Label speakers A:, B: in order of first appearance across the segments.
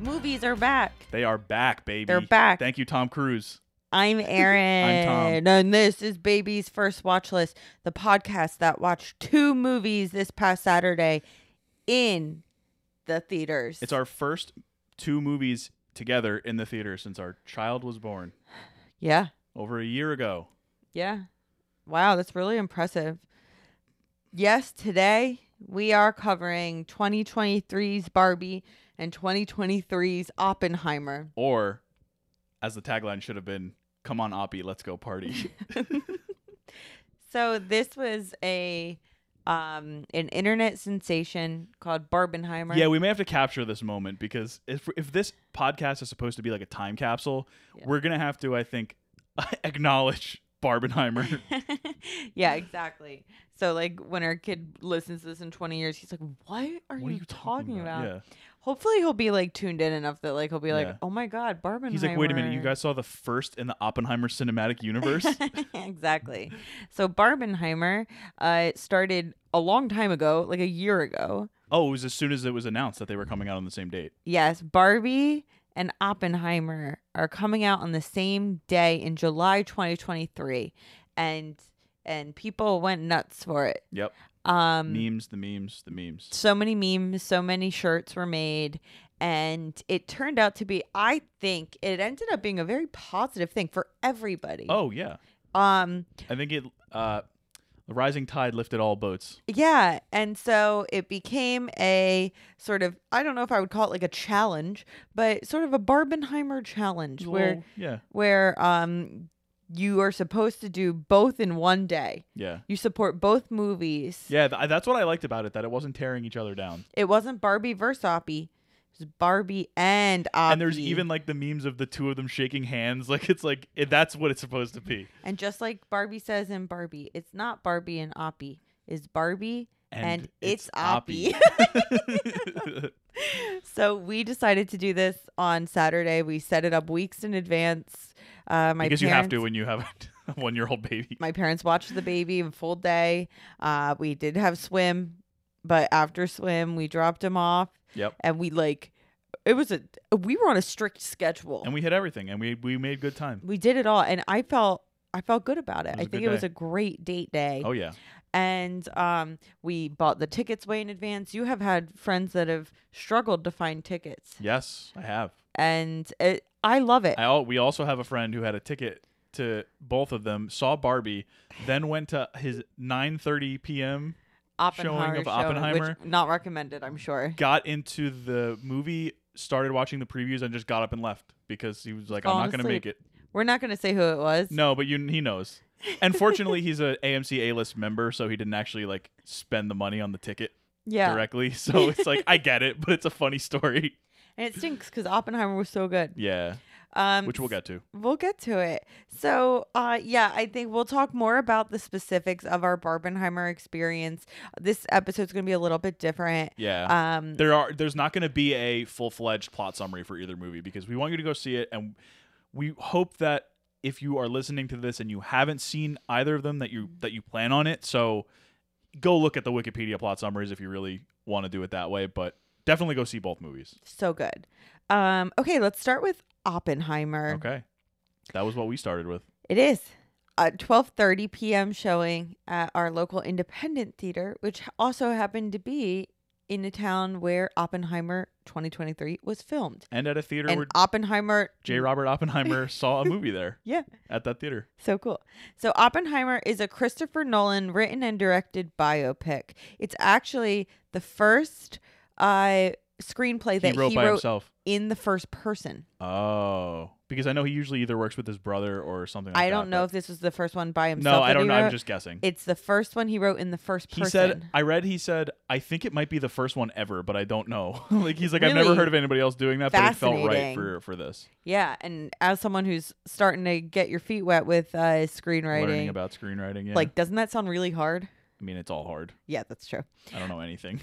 A: Movies are back.
B: They are back, baby.
A: They're back.
B: Thank you, Tom Cruise.
A: I'm Aaron. And this is Baby's First Watch List, the podcast that watched two movies this past Saturday in the theaters.
B: It's our first two movies together in the theater since our child was born
A: yeah.
B: over a year ago.
A: Yeah. Wow, that's really impressive. Yes, today we are covering 2023's Barbie and 2023's Oppenheimer.
B: Or, as the tagline should have been, come on, Oppie, let's go party.
A: So this was a um an internet sensation called Barbenheimer.
B: yeah, we may have to capture this moment because if, if this podcast is supposed to be like a time capsule,
A: Yeah.
B: we're going to have to, I think, acknowledge Barbenheimer.
A: yeah, exactly. So like when our kid listens to this in 20 years, he's like, "What are, you, talking, about?" Hopefully he'll be like tuned in enough that like he'll be like,
B: Yeah.
A: "Oh my god, Barbenheimer."
B: Yeah. He's like, wait a minute, you guys saw the first in the Oppenheimer cinematic universe?
A: exactly. So Barbenheimer uh it started a long time ago, like a year ago.
B: oh, it was as soon as it was announced that they were coming out on the same date.
A: Yes, Barbie and Oppenheimer are coming out on the same day in July 2023 and and people went nuts for it.
B: Yep.
A: Um
B: memes, the memes, the memes.
A: so many memes, so many shirts were made. And it turned out to be, I think, it ended up being a very positive thing for everybody.
B: Oh yeah,
A: Um,
B: I think it. Uh, the rising tide lifted all boats.
A: yeah. And so it became a sort of, I don't know if I would call it like a challenge, but sort of a Barbenheimer challenge where,
B: Well, yeah,
A: where, um, you are supposed to do both in one day.
B: yeah,
A: You support both movies.
B: yeah. Th- that's what I liked about it. That it wasn't tearing each other down.
A: It wasn't Barbie versus Oppie. It was Barbie and Oppie.
B: And there's even like the memes of the two of them shaking hands. Like it's like it, that's what it's supposed to be.
A: And just like Barbie says in Barbie, it's not Barbie and Oppie. It's Barbie and, it's, Oppie.
B: Oppie.
A: so we decided to do this on Saturday. We set it up weeks in advance. Uh, my
B: because
A: parents,
B: you have to when you have a one-year-old baby.
A: My parents watched the baby in full day. Uh, we did have swim, but after swim, we dropped him off
B: Yep.
A: and we like, it was a, we were on a strict schedule.
B: And we hit everything, and we we made good time.
A: we did it all. And I felt, I felt good about it.
B: It was
A: I
B: a
A: think it
B: good
A: was
B: day.
A: a great date day.
B: Oh yeah.
A: and um, we bought the tickets way in advance. You have had friends that have struggled to find tickets,
B: Yes, I have.
A: and it, I love it.
B: I al- we also have a friend who had a ticket to both of them, saw Barbie, then went to his 9:30 p.m.
A: Oppenheimer,
B: showing of
A: show,
B: Oppenheimer.
A: which not recommended, I'm sure.
B: got into the movie, started watching the previews, and just got up and left because he was like, "I'm
A: fallen
B: not going to
A: asleep.
B: make it."
A: We're not going to say who it was.
B: No, but you he knows. And fortunately, he's a AMC A-list member, so he didn't actually like spend the money on the ticket
A: yeah,
B: directly. So it's like I get it, but it's a funny story.
A: and it stinks because Oppenheimer was so good.
B: Yeah,
A: Um,
B: which we'll get to.
A: We'll get to it. So, uh, yeah, I think we'll talk more about the specifics of our Barbenheimer experience. This episode's going to be a little bit different.
B: Yeah.
A: Um,
B: there are there's not going to be a full-fledged plot summary for either movie because we want you to go see it and we hope that if you are listening to this and you haven't seen either of them that you that you plan on it so go look at the wikipedia plot summaries if you really want to do it that way but definitely go see both movies
A: so good. Um, okay, let's start with Oppenheimer.
B: okay that was what we started with
A: It is a 12:30 p.m. showing at our local independent theater, which also happened to be in a town where Oppenheimer 2023 was filmed.
B: and at a theater
A: And
B: where
A: Oppenheimer
B: j robert oppenheimer saw a movie there
A: Yeah,
B: at that theater
A: so cool. So Oppenheimer is a Christopher Nolan written and directed biopic. It's actually the first uh screenplay that
B: he wrote
A: he
B: by
A: wrote
B: himself
A: in the first person.
B: oh because i know he usually either works with his brother or something like
A: I don't
B: that,
A: know
B: but-
A: if this was the first one by himself.
B: no
A: that
B: i don't
A: he
B: know
A: wrote.
B: i'm just guessing
A: It's the first one he wrote in the first
B: He
A: person.
B: said, I read, he said, I think it might be the first one ever, but I don't know. like, he's like, I've never
A: Really
B: heard of anybody else doing that, but it felt right
A: fascinating.
B: for, for this.
A: yeah, and as someone who's starting to get your feet wet with uh, screenwriting,
B: Learning about screenwriting. Yeah.
A: like, doesn't that sound really hard?
B: I mean, it's all hard.
A: Yeah, that's true.
B: I don't know anything.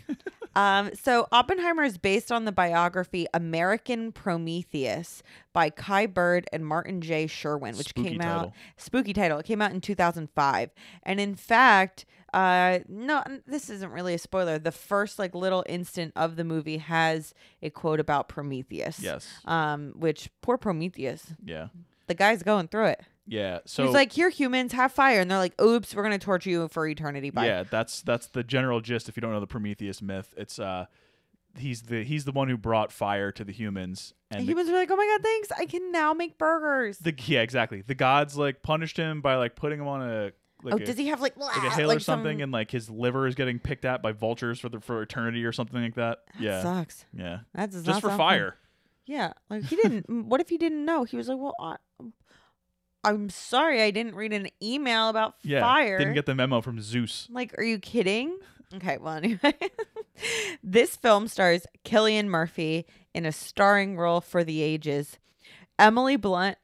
A: Um, so Oppenheimer is based on the biography American Prometheus by Kai Bird and Martin J. Sherwin, which
B: Spooky
A: came out
B: title.
A: spooky title. It came out in 2005, and in fact, uh, no, n- this isn't really a spoiler. The first like little instant of the movie has a quote about Prometheus.
B: yes.
A: Um, which poor Prometheus,
B: Yeah.
A: the guy's going through it.
B: Yeah. So
A: He's like, "Here, humans, have fire," and they're like, "Oops, we're gonna torture you for eternity." Bye.
B: Yeah, that's that's the general gist. If you don't know the Prometheus myth, it's uh, he's the he's the one who brought fire to the humans,
A: And
B: and the,
A: humans were like, "Oh my god, thanks! I can now make burgers."
B: the yeah exactly the gods like punished him by like putting him on a like
A: oh,
B: a,
A: does he have like
B: like a
A: "Blah,"
B: hill or
A: like
B: something,
A: some-
B: and like his liver is getting picked at by vultures for the for eternity or something like that.
A: that
B: yeah,
A: sucks.
B: yeah,
A: That does
B: just
A: not
B: for
A: sound fun.
B: fire.
A: Yeah, like he didn't. m- what if he didn't know? He was like, "Well, I, I'm sorry, I didn't read an email about
B: Yeah,
A: fire."
B: didn't get the memo from Zeus.
A: like, are you kidding? Okay, well, anyway, this film stars Killian Murphy in a starring role for the ages. Emily Blunt,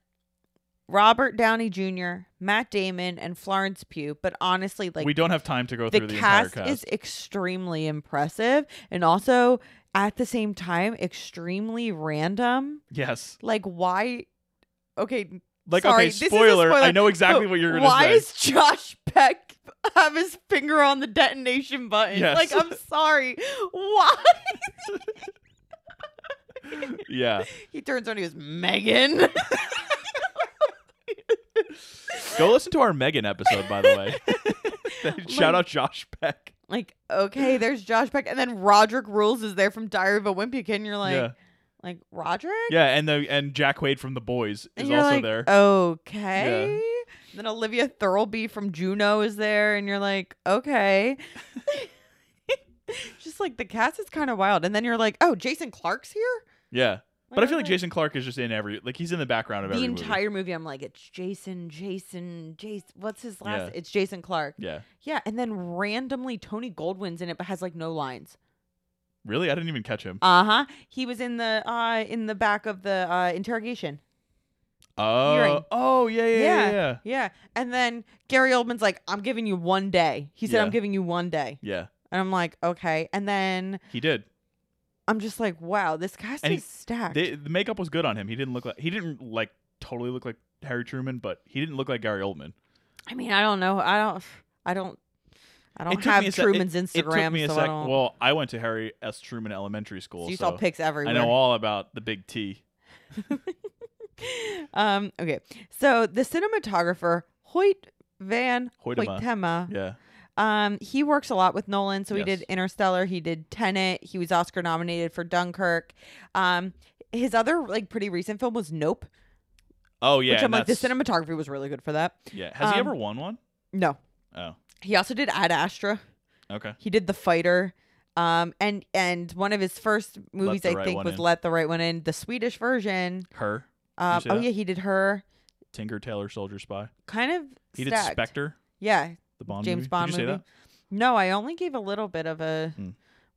A: Robert Downey Jr., Matt Damon, and Florence Pugh. But honestly, like
B: we don't have time to go
A: the
B: through the
A: cast,
B: entire
A: is
B: cast.
A: extremely impressive and also at the same time extremely random
B: yes,
A: like why okay
B: like
A: Sorry,
B: okay,
A: this is a
B: spoiler, I
A: spoiler,
B: know exactly
A: but
B: what you're gonna
A: why
B: say.
A: is josh peck have his finger on the detonation button
B: Yes.
A: like i'm sorry why
B: yeah,
A: he turns around he was megan
B: go listen to our Megan episode, by the way. Shout out Josh Peck.
A: like okay there's josh peck and then roderick rules is there from diary of a wimpy kid and you're like
B: yeah,
A: like roderick
B: yeah, and the and Jack Wade from The Boys
A: And
B: is
A: you're
B: also
A: like, uh,
B: there.
A: Okay. Then Olivia Thirlby from Juno is there, and you're like, okay. Just like the cast is kind of wild, and then you're like, oh, Jason Clark's here.
B: yeah, but I feel like
A: okay.
B: Jason Clark is just in every like he's in the background of
A: uh, the
B: every movie.
A: entire movie. I'm like, it's Jason, Jason, Jason. What's his last?
B: Yeah.
A: It's Jason Clark.
B: Yeah,
A: Yeah, and then randomly Tony Goldwyn's in it, but has like no lines.
B: really, I didn't even catch him.
A: Uh huh. He was in the uh in the back of the uh interrogation.
B: Oh,
A: hearing.
B: oh yeah, yeah, yeah,
A: Yeah.
B: yeah, yeah.
A: Yeah, and then Gary Oldman's like, I'm giving you one day. He said,
B: Yeah.
A: I'm giving you one day.
B: Yeah,
A: And I'm like, okay. And then
B: he did.
A: I'm just like, wow, this cast
B: And he-
A: is stacked.
B: They, the makeup was good on him. He didn't look like he didn't like totally look like Harry Truman, but he didn't look like Gary Oldman.
A: I mean, I don't know. I don't. I don't. I
B: It
A: don't
B: took me
A: have
B: a sec- it-
A: Truman's
B: It
A: Instagram,
B: took me a
A: so I
B: sec.
A: don't.
B: Well, I went to Harry S. Truman Elementary School,
A: so you
B: so
A: saw pics everywhere.
B: I know all about the big T.
A: um. Okay. So the cinematographer Hoyt Van
B: Hoytema.
A: Hoytema.
B: Yeah,
A: Um. He works a lot with Nolan, so he
B: Yes.
A: did Interstellar. He did Tenet. He was Oscar nominated for Dunkirk. Um. His other like pretty recent film was Nope,
B: Oh yeah,
A: which I'm
B: and
A: like the
B: that's-
A: cinematography was really good for that.
B: Yeah, has he
A: um,
B: ever won one?
A: No,
B: Oh,
A: he also did Ad Astra.
B: okay.
A: He did The Fighter. Um, and and one of his first movies,
B: the
A: I
B: Right
A: think,
B: One
A: was
B: In.
A: Let the Right One In, the Swedish version.
B: Her,
A: Um,
B: see
A: oh
B: that?
A: yeah, he did her.
B: Tinker Tailor Soldier Spy.
A: Kind of.
B: He did
A: stacked.
B: Spectre,
A: Yeah,
B: the Bond
A: James
B: movie.
A: Bond
B: did you
A: movie.
B: say that?
A: No, I only gave a little bit of a
B: Hmm.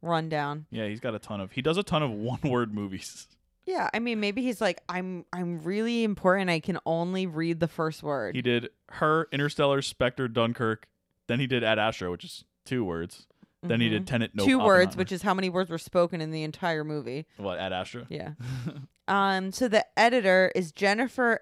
A: rundown.
B: Yeah, he's got a ton of. He does a ton of one-word movies.
A: Yeah, I mean, maybe he's like, I'm I'm really important. I can only read the first word.
B: He did Her, Interstellar, Spectre, Dunkirk. Then he did Ad Astra, which is two words. Then he did
A: Mhm.
B: Tenet. Nope,
A: two words,
B: Oppenheimer.
A: which is how many words were spoken in the entire movie.
B: what Ad Astra?
A: Yeah. um. So the editor is Jennifer.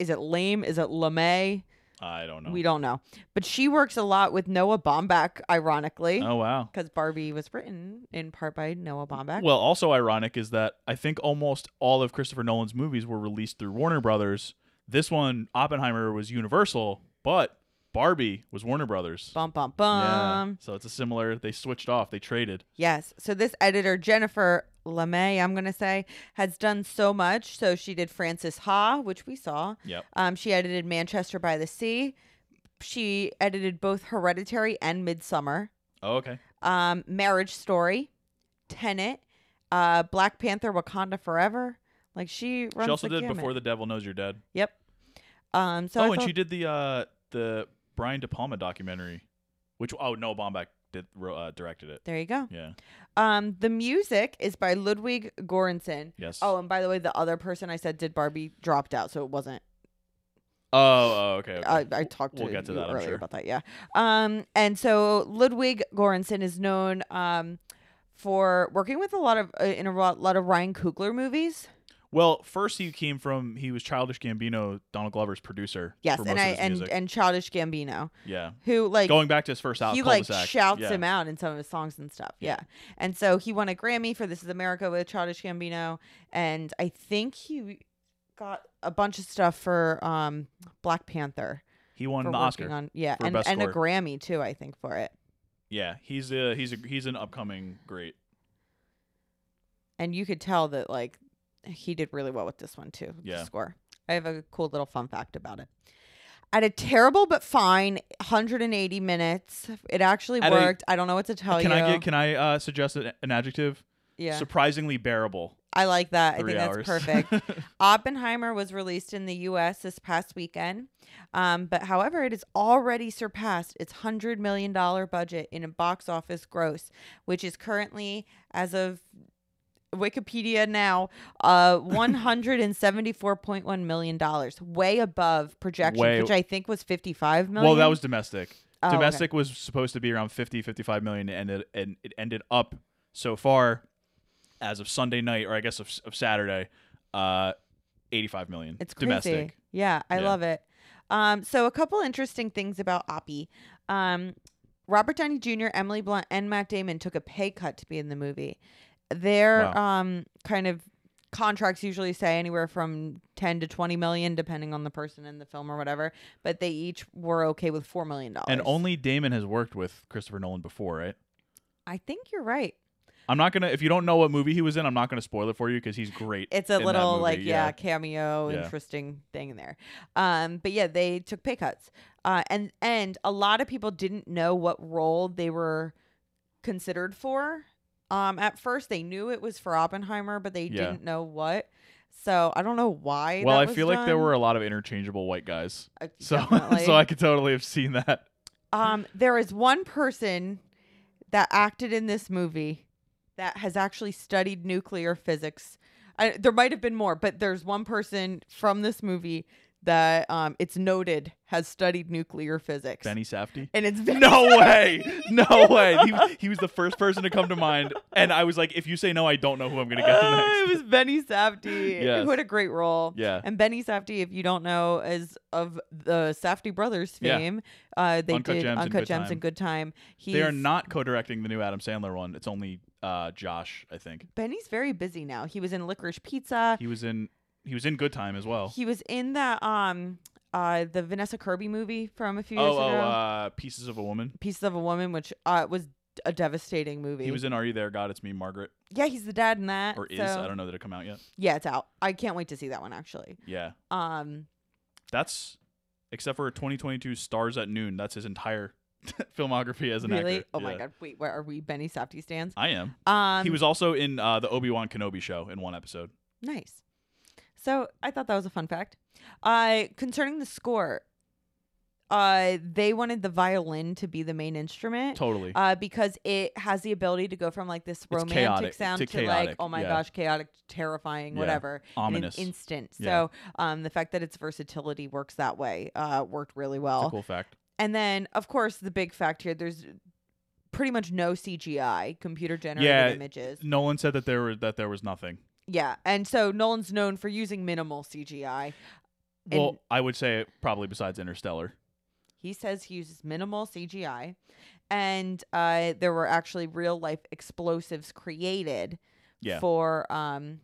A: Is it Lame? Is it Lemay?
B: I don't know.
A: We don't know. But she works a lot with Noah Baumbach, ironically,
B: Oh wow.
A: because Barbie was written in part by Noah Baumbach.
B: Well, also ironic is that I think almost all of Christopher Nolan's movies were released through Warner Brothers. This one, Oppenheimer, was Universal, but Barbie was Warner Brothers.
A: bum, bum,
B: Yeah.
A: bum.
B: So it's a similar. They switched off. They traded.
A: Yes. So this editor, Jennifer LeMay, I'm going to say, has done so much. So she did Frances Ha, which we saw.
B: Yep.
A: Um, she edited Manchester by the Sea. She edited both Hereditary and Midsummer,
B: Oh, okay.
A: um, Marriage Story, Tenet, uh, Black Panther, Wakanda Forever. Like she runs
B: She also
A: the
B: did
A: gamut.
B: Before the Devil Knows You're Dead.
A: Yep. Um. So I
B: oh, and
A: thought-
B: she did the uh the Brian De Palma documentary, which oh no, Bombeck did wrote- uh, directed it.
A: there you go.
B: Yeah.
A: Um. The music is by Ludwig Göransson.
B: Yes.
A: um, Oh, and by the way, the other person I said did Barbie dropped out, so it wasn't
B: Oh, oh, okay. okay.
A: I, I talked to,
B: We'll get to
A: you
B: that, I'm
A: earlier
B: sure.
A: about that. Yeah. Um, and so Ludwig Göransson is known um, for working with a lot of uh, in a lot, lot of Ryan Coogler movies.
B: well, first he came from he was Childish Gambino, Donald Glover's producer.
A: Yes,
B: for most
A: and
B: of
A: I
B: his
A: and
B: music.
A: and Childish Gambino,
B: yeah,
A: who like
B: going back to his first album,
A: he like
B: Cul-de-sac.
A: shouts
B: yeah.
A: him out in some of his songs and stuff.
B: Yeah.
A: Yeah. And so he won a Grammy for This Is America with Childish Gambino, and I think he got a bunch of stuff for um Black Panther
B: He won
A: for
B: the
A: working
B: Oscar.
A: on yeah,
B: for
A: and,
B: Best
A: and a
B: Score.
A: Grammy too, I think for it.
B: yeah, he's a he's a he's an upcoming great.
A: and you could tell that like he did really well with this one too. with the
B: Yeah.
A: score. I have a cool little fun fact about it. At a terrible but fine 180 minutes, it actually
B: At a-
A: worked. I I don't know what to tell
B: can
A: you.
B: I get can I uh, suggest an, an adjective?
A: yeah,
B: Surprisingly bearable.
A: I like that. I
B: Three
A: think
B: hours.
A: that's perfect. Oppenheimer was released in the U.S. this past weekend, um, but however, it has already surpassed its hundred million dollar budget in a box office gross, which is currently, as of Wikipedia now, uh, one hundred and seventy four point one million dollars, way above projections,
B: Way-
A: which I think was fifty five million.
B: well, that was domestic.
A: Oh, okay.
B: domestic was supposed to be around 50 55 million and it, and it ended up so far as of sunday night or i guess of, of saturday uh 85 million
A: It's crazy.
B: domestic
A: Yeah, I
B: Yeah.
A: love it. Um, so a couple interesting things about Oppie. Um, Robert Downey Jr., Emily Blunt, and Matt Damon took a pay cut to be in the movie. Their um, kind of contracts usually say anywhere from 10 to 20 million depending on the person in the film or whatever but they each were okay with 4 million dollars
B: and only damon has worked with christopher nolan before right
A: i think you're right
B: i'm not gonna if you don't know what movie he was in i'm not gonna spoil it for you because he's great
A: it's a
B: in that
A: little
B: movie,
A: like yeah,
B: yeah.
A: cameo
B: Yeah.
A: interesting thing in there um but yeah they took pay cuts uh and and a lot of people didn't know what role they were considered for um at first they knew it was for oppenheimer but they
B: Yeah.
A: didn't know what so i don't know why
B: well
A: that
B: i
A: was
B: feel like there
A: done.
B: were a lot of interchangeable white guys
A: Uh,
B: so
A: definitely.
B: so i could totally have seen that
A: um there is one person that acted in this movie that has actually studied nuclear physics. I, there might have been more, but there's one person from this movie that um, it's noted has studied nuclear physics.
B: benny safty
A: And it's Benny.
B: No way. No way. He, he was the first person to come to mind. And I was like, if you say no, I don't know who I'm going to get
A: it
B: next.
A: was Benny Safdie.
B: Yes.
A: What a great role.
B: Yeah.
A: And Benny Safdie, if you don't know, is of the Safdie brothers
B: Yeah.
A: fame. Uh, they
B: Uncut
A: did
B: Gems and
A: Uncut
B: Good
A: Gems
B: Time.
A: and Good Time. He's,
B: They are not co directing the new Adam Sandler one. It's only uh, Josh, I think.
A: Benny's very busy now. He was in Licorice Pizza.
B: He was in. He was in Good Time as well.
A: He was in the um uh the Vanessa Kirby movie from a few years
B: Oh, oh,
A: ago.
B: uh, Pieces of a Woman.
A: Pieces of a Woman, which uh was a devastating movie.
B: He was in Are You There, God? It's Me, Margaret,
A: yeah, he's the dad in that.
B: or is
A: so-
B: I don't know that it come out yet.
A: Yeah, it's out. I can't wait to see that one actually.
B: Yeah,
A: Um,
B: that's except for 2022 Stars at Noon. That's his entire filmography as an
A: really?
B: actor.
A: Oh my
B: Yeah.
A: god! Wait, where are we? Benny Safdie stands.
B: I am.
A: Um,
B: he was also in uh, the Obi Wan Kenobi show in one episode.
A: nice. So I thought that was a fun fact. Uh, concerning the score, uh, they wanted the violin to be the main instrument.
B: Totally.
A: uh, because it has the ability to go from like this romantic
B: chaotic,
A: sound
B: to
A: to,
B: chaotic,
A: like oh my
B: yeah.
A: gosh chaotic terrifying
B: Yeah,
A: whatever
B: Ominous.
A: in an instant
B: Yeah.
A: so um, the fact that its versatility works that way uh, worked really well
B: It's a cool fact.
A: and then of course the big fact here there's pretty much no cgi computer generated
B: Yeah.
A: images
B: Nolan said that there were that there was nothing.
A: yeah and so nolan's known for using minimal cgi And-
B: Well, I would say probably besides Interstellar.
A: He says he uses minimal CGI, and uh, there were actually real life explosives created
B: Yeah.
A: for um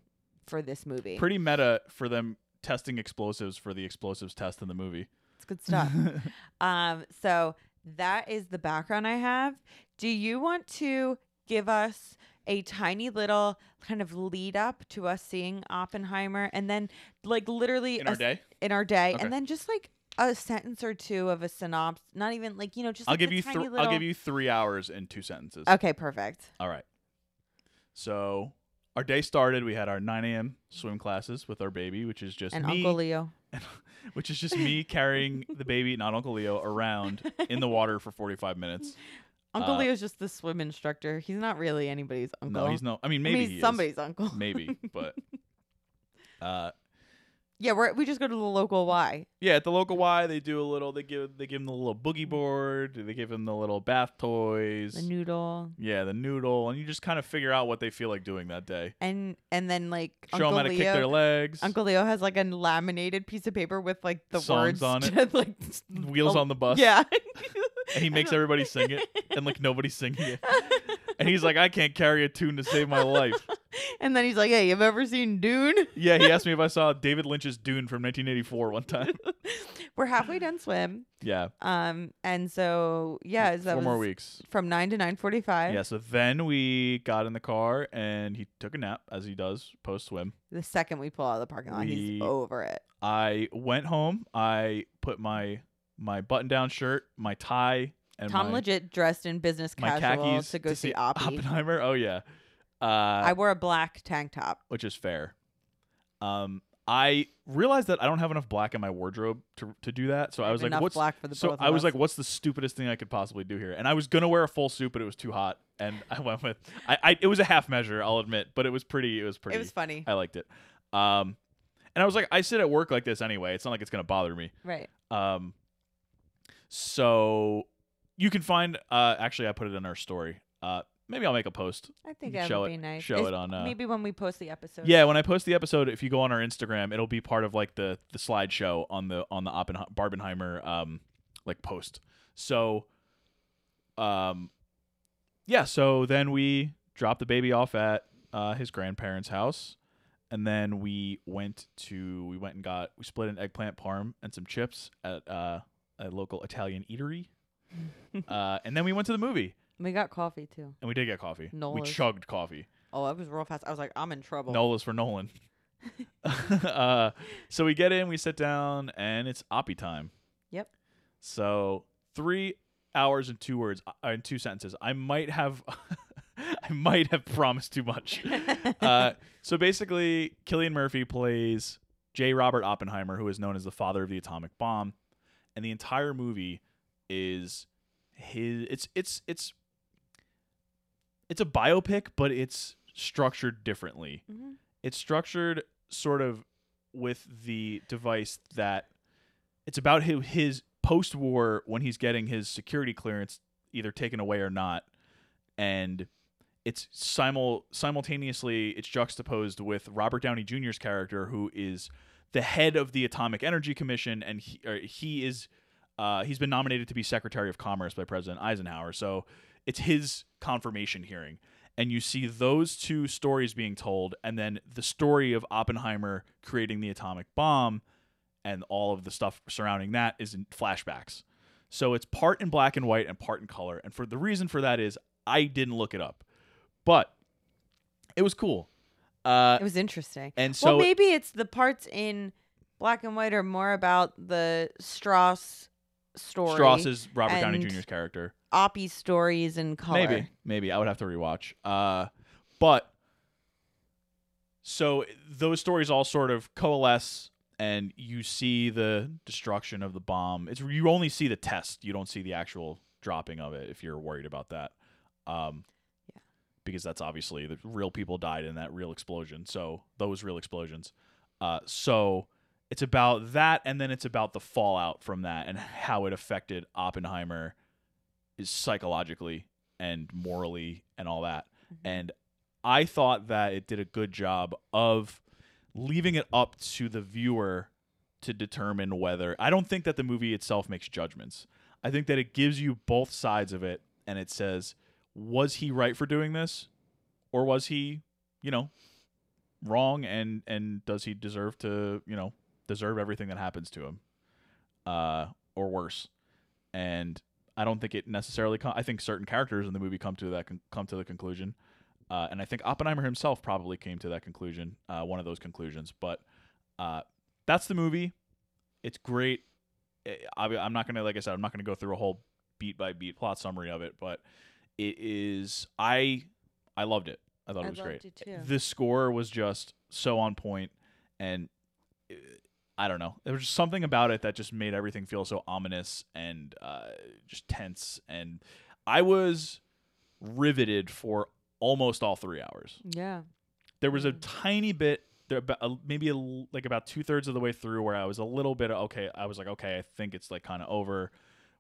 A: for this movie.
B: Pretty meta for them testing explosives for the explosives test in the movie.
A: it's good stuff. um, so that is the background I have. Do you want to give us a tiny little kind of lead up to us seeing Oppenheimer, and then like literally
B: in our
A: a-
B: day,
A: in our day,
B: Okay.
A: and then just like a sentence or two of a synopsis? Not even like you know, just
B: I'll
A: like,
B: give
A: the
B: you
A: tiny
B: three.
A: little-
B: I'll give you three hours and two sentences.
A: Okay, perfect.
B: All right. So our day started. We had our 9 a.m. swim classes with our baby, which is just
A: And
B: me,
A: Uncle Leo.
B: which is just me carrying the baby, not Uncle Leo, around in the water for 45 minutes.
A: Uncle
B: Uh,
A: Leo's just the swim instructor. He's not really anybody's uncle.
B: No, he's no. I mean,
A: I
B: maybe
A: mean,
B: he
A: he's
B: is.
A: somebody's uncle.
B: maybe but uh
A: Yeah, we're, we just go to the local Y.
B: Yeah, at the local Y, they do a little. They give they give him the little boogie board. They give him the little bath toys.
A: The noodle.
B: yeah, the noodle, and you just kind of figure out what they feel like doing that day.
A: And and then like
B: Show
A: Uncle
B: them how to
A: Leo,
B: kick their legs.
A: Uncle Leo has like a laminated piece of paper with like the
B: Songs
A: words
B: on it.
A: to, like
B: wheels on the bus.
A: Oh, Yeah.
B: and he makes
A: don't-
B: everybody sing it, and like nobody's singing it. And he's like, I can't carry a tune to save my life.
A: and then he's like, "Hey, you've ever seen Dune?
B: Yeah, he asked me if I saw David Lynch's Dune from 1984 one time.
A: We're halfway done swim."
B: Yeah,
A: Um, and so yeah, so that
B: four more
A: was
B: weeks.
A: from nine to nine forty-five.
B: Yeah, so then we got in the car and he took a nap as he does post swim.
A: The second we pull out of the parking lot, he's
B: We-
A: over it.
B: I went home. I put my my button down shirt, my tie, and
A: Tom
B: my,
A: legit dressed in business
B: my
A: casual
B: khakis
A: to go see Oppie.
B: Oppenheimer. Oh yeah, uh,
A: I wore a black tank top.
B: which is fair. Um, I realized that I don't have enough black in my wardrobe to to do that. So I was like,
A: Enough
B: what's
A: black for the
B: so
A: both of
B: I was
A: us.
B: like, what's the stupidest thing I could possibly do here? And I was gonna wear a full suit, but it was too hot, and I went with I, I it was a half measure, I'll admit, but it was pretty. It was pretty.
A: it
B: Uh,
A: was funny,
B: I liked it. Um, and I was like, I sit at work like this anyway. It's not like it's gonna bother me.
A: right?
B: Um, so you can find. Uh, actually, I put it in our story. Uh, maybe I'll make a post.
A: I think
B: can
A: that
B: show
A: would
B: it-
A: be nice.
B: show
A: It's-
B: it on, uh,
A: maybe when we post the episode.
B: Yeah, when I post the episode, if you go on our Instagram, it'll be part of like the the slideshow on the on the Oppenhe- Barbenheimer um like post. So, um, yeah. So then we dropped the baby off at uh, his grandparents' house, and then we went to we went and got we split an eggplant parm and some chips at uh, a local Italian eatery, uh, and then we went to the movie
A: we got coffee too.
B: and we did get coffee. We
A: Nola's.
B: chugged coffee.
A: Oh, that was real fast. I was like, I'm in trouble.
B: Nola's for Nolan. uh, so we get in, we sit down, and it's Oppie time.
A: Yep.
B: So three hours and two words uh, in two sentences. I might have, I might have promised too much. uh, so basically, Killian Murphy plays J. Robert Oppenheimer, who is known as the father of the atomic bomb, and the entire movie is his. It's it's it's it's a biopic, but it's structured differently
A: Mhm.
B: it's structured sort of with the device that it's about his, his post-war when he's getting his security clearance either taken away or not and it's simul simultaneously it's juxtaposed with Robert Downey Jr.'s character who is the head of the Atomic Energy Commission and he, or he is uh, he's been nominated to be Secretary of Commerce by President Eisenhower so it's his confirmation hearing and you see those two stories being told and then the story of Oppenheimer creating the atomic bomb and all of the stuff surrounding that is in flashbacks. So it's part in black and white and part in color. And for the reason for that is I didn't look it up. But it was cool. Uh
A: it was interesting.
B: and so
A: well, maybe it's the parts in black and white are more about the Strauss story.
B: Strauss is Robert Downey
A: and-
B: Jr.'s character.
A: Oppie stories in color.
B: Maybe, maybe I would have to rewatch. Uh, but so those stories all sort of coalesce, and you see the destruction of the bomb. It's you only see the test; you don't see the actual dropping of it. If you're worried about that, um,
A: Yeah.
B: because that's obviously the real people died in that real explosion. So those real explosions. Uh, so it's about that, and then it's about the fallout from that and how it affected Oppenheimer is psychologically and morally and all that.
A: Mhm.
B: And I thought that it did a good job of leaving it up to the viewer to determine whether I don't think that the movie itself makes judgments. I think that it gives you both sides of it and it says was he right for doing this or was he, you know, wrong and and does he deserve to, you know, deserve everything that happens to him? Uh or worse. And I don't think it necessarily. Com- I think certain characters in the movie come to that con- come to the conclusion, uh, and I think Oppenheimer himself probably came to that conclusion, uh, one of those conclusions. But uh, that's the movie. It's great. I- I, I'm not gonna, like I said, I'm not gonna go through a whole beat by beat plot summary of it, but it is. I I loved it. I thought
A: I
B: it was
A: loved
B: great.
A: it too.
B: The score was just so on point, and uh, I don't know. There was just something about it that just made everything feel so ominous and uh, just tense. And I was riveted for almost all three hours.
A: Yeah.
B: There was a
A: Mm.
B: tiny bit there about uh, maybe a l like about two thirds of the way through where I was a little bit okay. I was like, okay, I think it's like kind of over.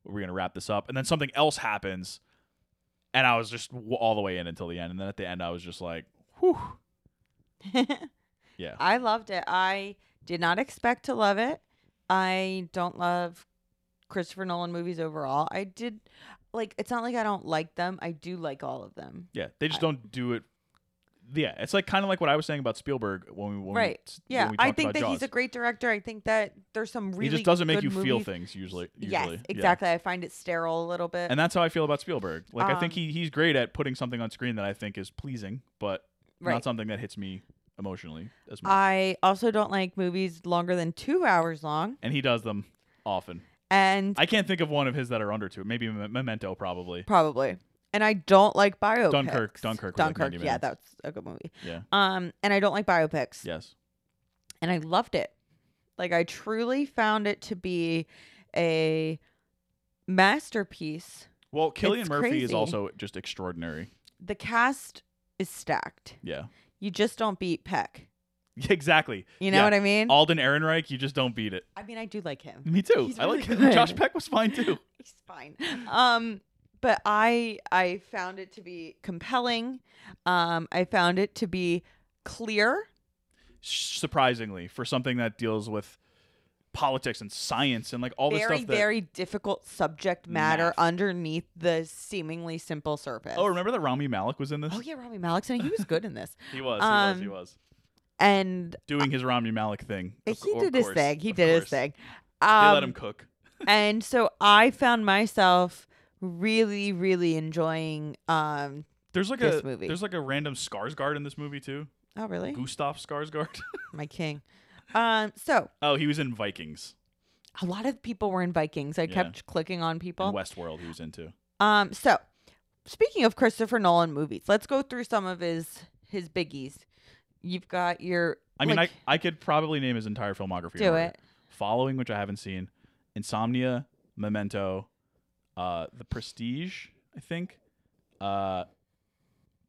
B: We're gonna wrap this up, and then something else happens, and I was just w- all the way in until the end, and then at the end I was just like, whew, yeah,
A: I loved it. I did not expect to love it. I don't love Christopher Nolan movies overall. I did like it's not like I don't like them. I do like all of them.
B: yeah. They just
A: I-
B: don't do it. Yeah, it's like kind of like what I was saying about Spielberg when we when we
A: Right.
B: s- when
A: Yeah,
B: we
A: I
B: talked
A: think
B: about
A: that
B: Jaws.
A: he's a great director. I think that there's some really
B: he just doesn't make
A: good
B: you feel
A: movies-
B: things usually. usually.
A: Yes,
B: Yeah.
A: exactly. I find it sterile a little bit.
B: And that's how I feel about Spielberg. Like I think
A: Um,
B: he he's great at putting something on screen that I think is pleasing, but
A: Right. Uh,
B: not something that hits me emotionally as much.
A: I also don't like movies longer than two hours long.
B: and he does them often.
A: And
B: I can't think of one of his that are under two. Maybe Me- Memento, probably.
A: Probably. And I don't like biopics.
B: Dunkirk- Dunkirk was like
A: Dunkirk.
B: 90
A: yeah,
B: minutes.
A: that's a good movie.
B: Yeah.
A: Um, and I don't like biopics.
B: Yes.
A: And I loved it. Like I truly found it to be a masterpiece.
B: Well, Killian
A: It's
B: Murphy is
A: crazy.
B: also just extraordinary.
A: The cast is stacked.
B: Yeah.
A: You just don't beat Peck.
B: Exactly.
A: You know
B: Yeah.
A: what I mean?
B: Alden Ehrenreich, you just don't beat it.
A: I mean, I do like him.
B: Me too.
A: He's
B: I like
A: really
B: him. Josh
A: good.
B: Peck was fine too.
A: He's fine. Um, but I I found it to be compelling. Um, I found it to be clear.
B: Surprisingly, for something that deals with politics and science and like all this
A: very
B: stuff that
A: very difficult subject matter
B: Math.
A: underneath the seemingly simple surface.
B: Oh, remember that Rami Malik was in this?
A: Oh yeah, Rami Malek, and he was good in this.
B: He was, he was, he
A: Um,
B: was.
A: And
B: Doing his Rami Malik thing. Of
A: he
B: cou-
A: did
B: of
A: his
B: course,
A: thing. He
B: of
A: did his
B: course.
A: thing.
B: They
A: Um,
B: let him cook.
A: and so I found myself really, really enjoying. Um,
B: There's like
A: this
B: a
A: movie.
B: there's like a random Skarsgård in this movie too.
A: oh really,
B: Gustav Skarsgård.
A: my king. Um, so
B: oh, he was in Vikings.
A: a lot of people were in Vikings. I
B: Yeah.
A: kept clicking on
B: In
A: people.
B: Westworld, he was into.
A: Um, so speaking of Christopher Nolan movies, let's go through some of his his biggies. You've got your.
B: I mean,
A: like,
B: I I could probably name his entire filmography. in
A: do
B: order.
A: it.
B: Following, which I haven't seen, Insomnia, Memento, uh, The Prestige, I think, uh,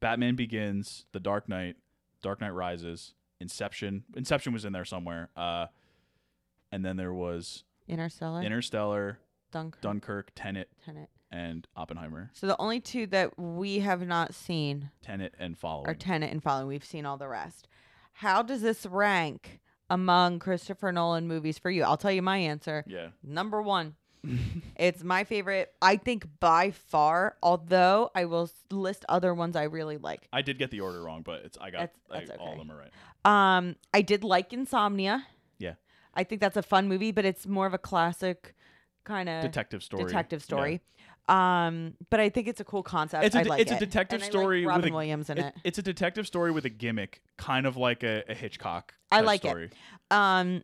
B: Batman Begins, The Dark Knight, Dark Knight Rises, Inception. Inception was in there somewhere. Uh, and then there was
A: Interstellar,
B: Interstellar,
A: Dunkirk,
B: Dunkirk, Tenet,
A: Tenet.
B: and Oppenheimer.
A: So the only two that we have not seen
B: Tenet and Following.
A: are Tenet and Following. We've seen all the rest. How does this rank among Christopher Nolan movies for you? I'll tell you my answer.
B: yeah.
A: Number one. it's my favorite, I think, by far. Although I will s- list other ones I really like.
B: I did get the order wrong, but it's I got
A: That's- that's
B: I- all of
A: okay.
B: them are right.
A: Um, I did like Insomnia.
B: Yeah.
A: I think that's a fun movie, but it's more of a classic kind of
B: Detective story.
A: Uh, detective
B: Yeah.
A: story. Um, but I think it's a cool concept.
B: It's a
A: I
B: de-
A: like
B: it's a
A: it.
B: detective
A: And I like
B: story with
A: Robin
B: a-
A: Williams in
B: It-
A: it.
B: It's a detective story with a gimmick, kind of like a, a Hitchcock.
A: I
B: type
A: like it.
B: story.
A: Um,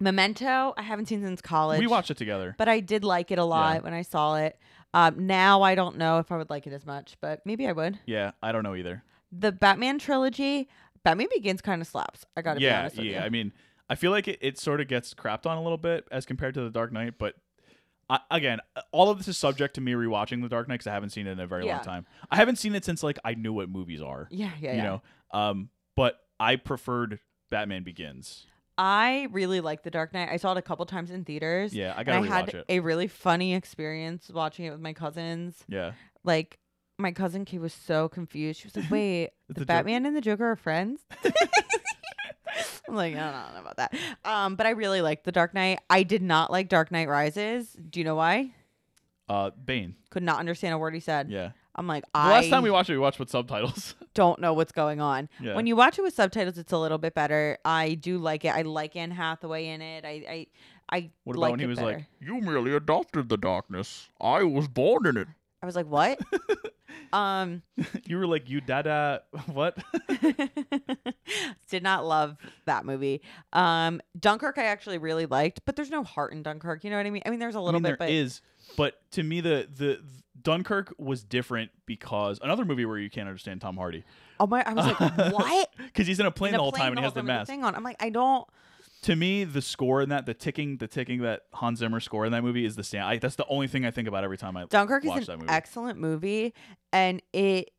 A: Memento, I haven't seen since college.
B: We watched it together.
A: but I did like it a lot when I saw it. Um, now I don't know if I would like it as much, but maybe I would.
B: yeah, I don't know either.
A: The Batman trilogy, Batman Begins, kind of slaps. I gotta be
B: Yeah,
A: honest with
B: yeah. I
A: you.
B: mean, I feel like it, it sort of gets crapped on a little bit as compared to The Dark Knight, but I, again, all of this is subject to me rewatching The Dark Knight because I haven't seen it in a very
A: Yeah.
B: long time. I haven't seen it since like I knew what movies are,
A: Yeah, yeah, yeah.
B: you know. Um, but I preferred Batman Begins.
A: I really like The Dark Knight. I saw it a couple times in theaters.
B: Yeah, I
A: and
B: gotta
A: I had
B: rewatch it.
A: a really funny experience watching it with my cousins.
B: Yeah,
A: Like my cousin Kate was so confused. She was like, "Wait,
B: It's
A: the
B: a joke.
A: Batman and the Joker are friends?" I'm like, I don't know about that. Um, but I really liked The Dark Knight. I did not like Dark Knight Rises. Do you know why?
B: uh, Bane.
A: Could not understand a word he said.
B: Yeah,
A: I'm like,
B: the
A: I
B: last time we watched it, we watched with subtitles.
A: don't know what's going on.
B: yeah,
A: When you watch it with subtitles, it's a little bit better. I do like it. I like Anne Hathaway in it. I I, I
B: what about
A: liked
B: when he
A: it
B: was
A: better.
B: like, "You merely adopted the darkness. I was born in it."
A: I was like, what? um,
B: You were like, "You dada, what?"
A: did not love that movie. Um, Dunkirk, I actually really liked, but there's no heart in Dunkirk. You know what I mean? I mean, there's a little
B: I mean,
A: bit,
B: there
A: but
B: is, but to me, the, the Dunkirk was different because another movie where you can't understand Tom Hardy
A: oh my, I was like, what?
B: because he's in a plane
A: In a
B: the whole
A: plane
B: time and he has the
A: whole with
B: mask.
A: thing on. I'm like, I don't.
B: To me, the score in that, the ticking, the ticking that Hans Zimmer score in that movie is the same. I, that's the only thing I think about every time I
A: Dunkirk
B: watch
A: is
B: that
A: an
B: movie.
A: excellent movie, and it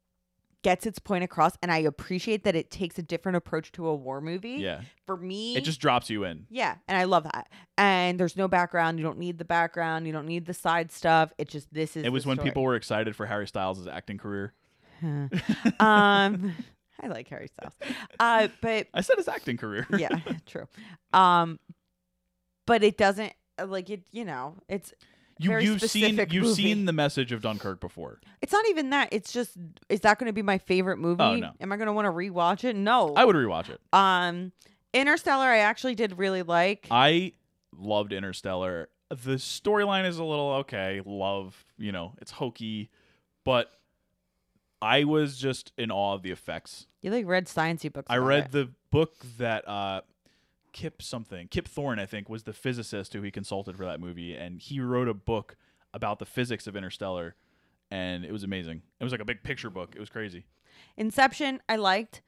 A: gets its point across, and I appreciate that it takes a different approach to a war movie.
B: Yeah.
A: For me,
B: It just drops you in.
A: yeah, and I love that. And there's no background. You don't need the background. You don't need the side stuff. It just this is.
B: It was
A: the
B: when
A: story.
B: people were excited for Harry Styles' acting career.
A: um, I like Harry Styles. Uh, but
B: I said his acting career.
A: yeah, true. Um, but it doesn't uh, like it. You know, it's
B: you,
A: very
B: you've seen
A: specific
B: you've
A: movie.
B: seen the message of Dunkirk before.
A: it's not even that. It's just is that going to be my favorite movie?
B: Oh, no.
A: Am I going to want to rewatch it? No.
B: I would rewatch it.
A: um, Interstellar, I actually did really like.
B: I loved Interstellar. The storyline is a little okay, love, you know, it's hokey, but I was just in awe of the effects.
A: you like read sciencey books?
B: I
A: about
B: read
A: it.
B: the book that uh, Kip something, Kip Thorne, I think, was the physicist who he consulted for that movie, and he wrote a book about the physics of Interstellar, and it was amazing. It was like a big picture book. It was crazy.
A: Inception. I liked.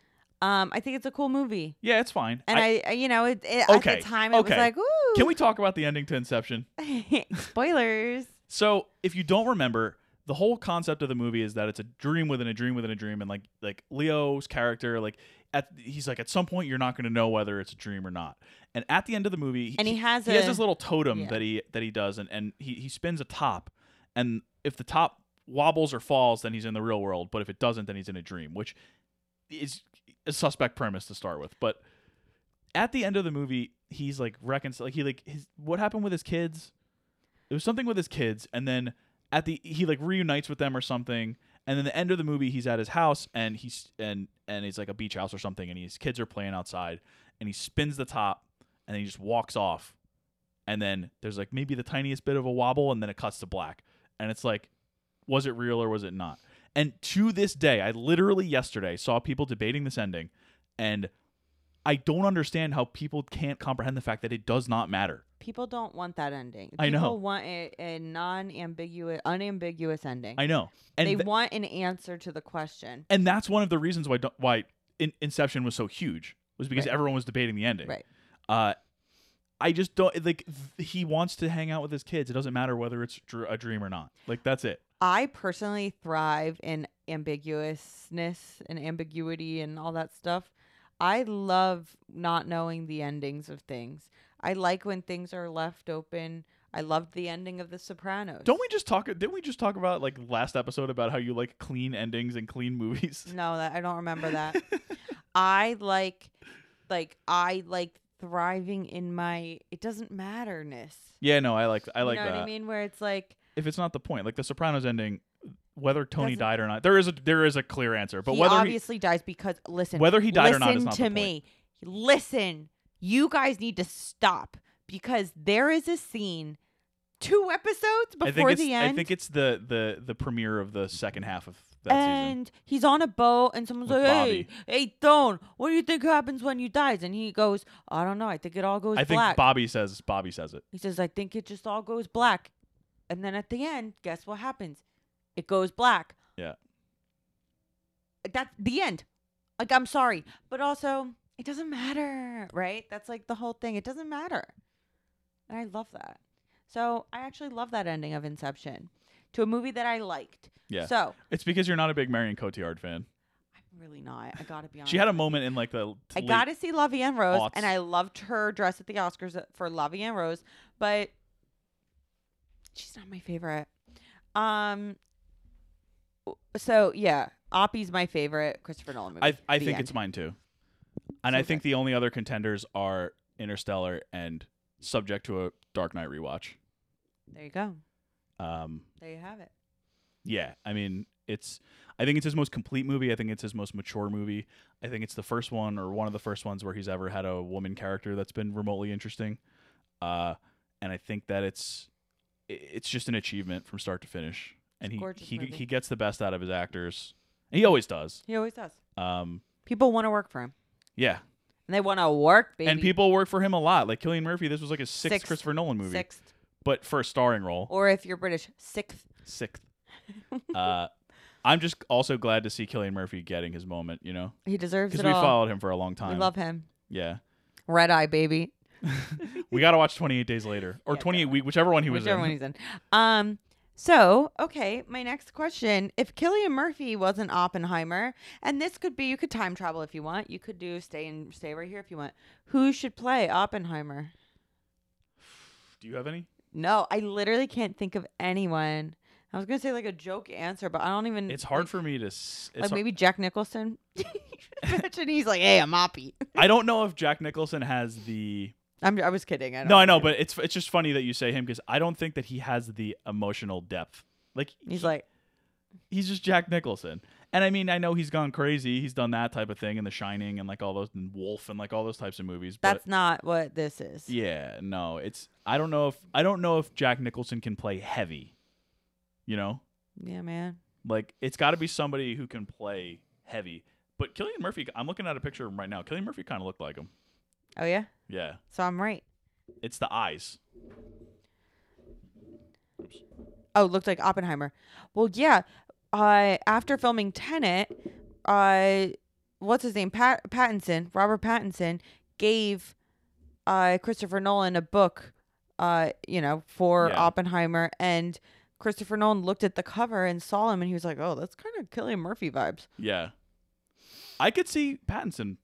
A: Um, I think it's a cool movie.
B: Yeah, it's fine.
A: And
B: I-
A: I, I you know, it, it, at
B: Okay,
A: the time it was
B: okay.
A: like, ooh,
B: can we talk about the ending to Inception?
A: spoilers?
B: So if you don't remember, the whole concept of the movie is that it's a dream within a dream within a dream, and like like Leo's character, like at he's like at some point you're not going to know whether it's a dream or not. And at the end of the movie,
A: And he has
B: he has
A: a-
B: this little totem
A: yeah.
B: that he that he does, and and he he spins a top, and if the top wobbles or falls, then he's in the real world. But if it doesn't, then he's in a dream, which is a suspect premise to start with. But at the end of the movie, he's like reconcile like he like his what happened with his kids. It was something with his kids, and then at the he like reunites with them or something. And then the end of the movie, he's at his house and he's and and it's like a beach house or something, and his kids are playing outside, and he spins the top, and then he just walks off, and then there's like maybe the tiniest bit of a wobble, and then it cuts to black, and it's like, was it real or was it not? And to this day, I literally yesterday saw people debating this ending, and I don't understand how people can't comprehend the fact that it does not matter.
A: People don't want that ending.
B: I know.
A: People want a, a non-ambiguous, unambiguous ending.
B: I know, and
A: they
B: th-
A: want an answer to the question.
B: and that's one of the reasons why don't- why In- Inception was so huge was because
A: Right.
B: everyone was debating the ending.
A: Right.
B: Uh, I just don't like. Th- he wants to hang out with his kids. It doesn't matter whether it's dr- a dream or not. Like that's it.
A: I personally thrive in ambiguousness and ambiguity and all that stuff. I love not knowing the endings of things. I like when things are left open. I loved the ending of The Sopranos.
B: Don't we just talk? Didn't we just talk about like last episode about how you like clean endings and clean movies?
A: No, that I don't remember that. I like like I like thriving in my it doesn't matterness.
B: yeah, no, I like I like
A: you know
B: that.
A: what I mean? Where it's like
B: If it's not the point, like the Sopranos ending, whether Tony
A: Doesn't-
B: died or not, there is a there is a clear answer. But
A: he
B: whether he,
A: obviously dies because listen
B: whether he died
A: listen
B: or not is not
A: to
B: the point.
A: me. Listen, you guys need to stop because there is a scene two episodes
B: I think
A: before
B: it's
A: the end.
B: I think it's the the the premiere of the second half of that season.
A: and he's on a boat, and someone's
B: With
A: like, "Hey, hey, Thone, what do you think happens when you dies?" And he goes, "I don't know. I think it all goes
B: I think
A: black."
B: Bobby says Bobby says it.
A: He says, I think it just all goes black. And then at the end, guess what happens? It goes black.
B: Yeah.
A: That's the end. Like, I'm sorry. But also, it doesn't matter, right? That's like the whole thing. It doesn't matter. And I love that. So I actually love that ending of Inception to a movie that I liked.
B: Yeah.
A: So
B: It's because you're not a big Marion Cotillard fan.
A: I'm really not. I got to be honest.
B: She had a moment in like the
A: I got to see Lovey and Rose,
B: aughts.
A: and I loved her dress at the Oscars uh, for Lovey and Rose, but she's not my favorite. Um, w- so yeah, Oppie's my favorite Christopher Nolan movie.
B: I I
A: The
B: think
A: end.
B: it's mine too. And I
A: So
B: think the only other contenders are Interstellar and Subject to a Dark Knight rewatch.
A: there. You go.
B: Um,
A: There you have it.
B: yeah, I mean it's. I think it's his most complete movie. I think it's his most mature movie. I think it's the first one or one of the first ones where he's ever had a woman character that's been remotely interesting. Uh, and I think that it's i- it's just an achievement from start to finish. And
A: It's a
B: he
A: gorgeous
B: he
A: movie.
B: he gets the best out of his actors. He always does.
A: He always does.
B: Um,
A: People want to work for him,
B: yeah,
A: and they want to work, baby.
B: and people work for him a lot. Like Killian Murphy, this was like his sixth,
A: Sixth.
B: Christopher Nolan movie,
A: sixth,
B: but for a starring role,
A: or if you're British, sixth.
B: sixth. uh, I'm just also glad to see Killian Murphy getting his moment. You know,
A: He deserves
B: because
A: it
B: we
A: all.
B: followed him for a long time.
A: we love him.
B: yeah,
A: Red Eye, baby.
B: we got to watch 28 Days Later or
A: Yeah,
B: 28
A: definitely.
B: Week, whichever one he was
A: Whichever
B: in.
A: one he's in. Um, So, okay, my next question. If Killian Murphy wasn't Oppenheimer, and this could be you could time travel if you want. You could do stay and stay right here if you want. Who should play Oppenheimer?
B: Do you have any?
A: No, I literally can't think of anyone. I was gonna say like a joke answer, but I don't even
B: It's hard
A: like,
B: for me to. s- It's
A: Mm, like
B: har-
A: maybe Jack Nicholson. Imagine he's like, hey, I'm Oppie.
B: I don't know if Jack Nicholson has the.
A: I'm I was kidding. I don't
B: No, I know, but it's it's just funny that you say him because I don't think that he has the emotional depth. Like
A: he's
B: he-
A: like
B: he's just Jack Nicholson. And I mean, I know he's gone crazy. He's done that type of thing in The Shining and like all those and Wolf and like all those types of movies.
A: that's not what this is.
B: but yeah, no, it's I don't know if I don't know if Jack Nicholson can play heavy. You know,
A: yeah man.
B: like it's got to be somebody who can play heavy. But Killian Murphy, I'm looking at a picture of him right now. Killian Murphy kind of looked like him.
A: Oh yeah?
B: Yeah,
A: So I'm right.
B: it's the eyes.
A: Oh, looked like Oppenheimer. Well, yeah. Uh, after filming Tenet, uh, what's his name? Pat Pattinson, Robert Pattinson, gave uh, Christopher Nolan a book, uh, you know, for
B: Yeah.
A: Oppenheimer, and Christopher Nolan looked at the cover and saw him, and he was like, "Oh, that's kind of Killian Murphy vibes."
B: Yeah, I could see Pattinson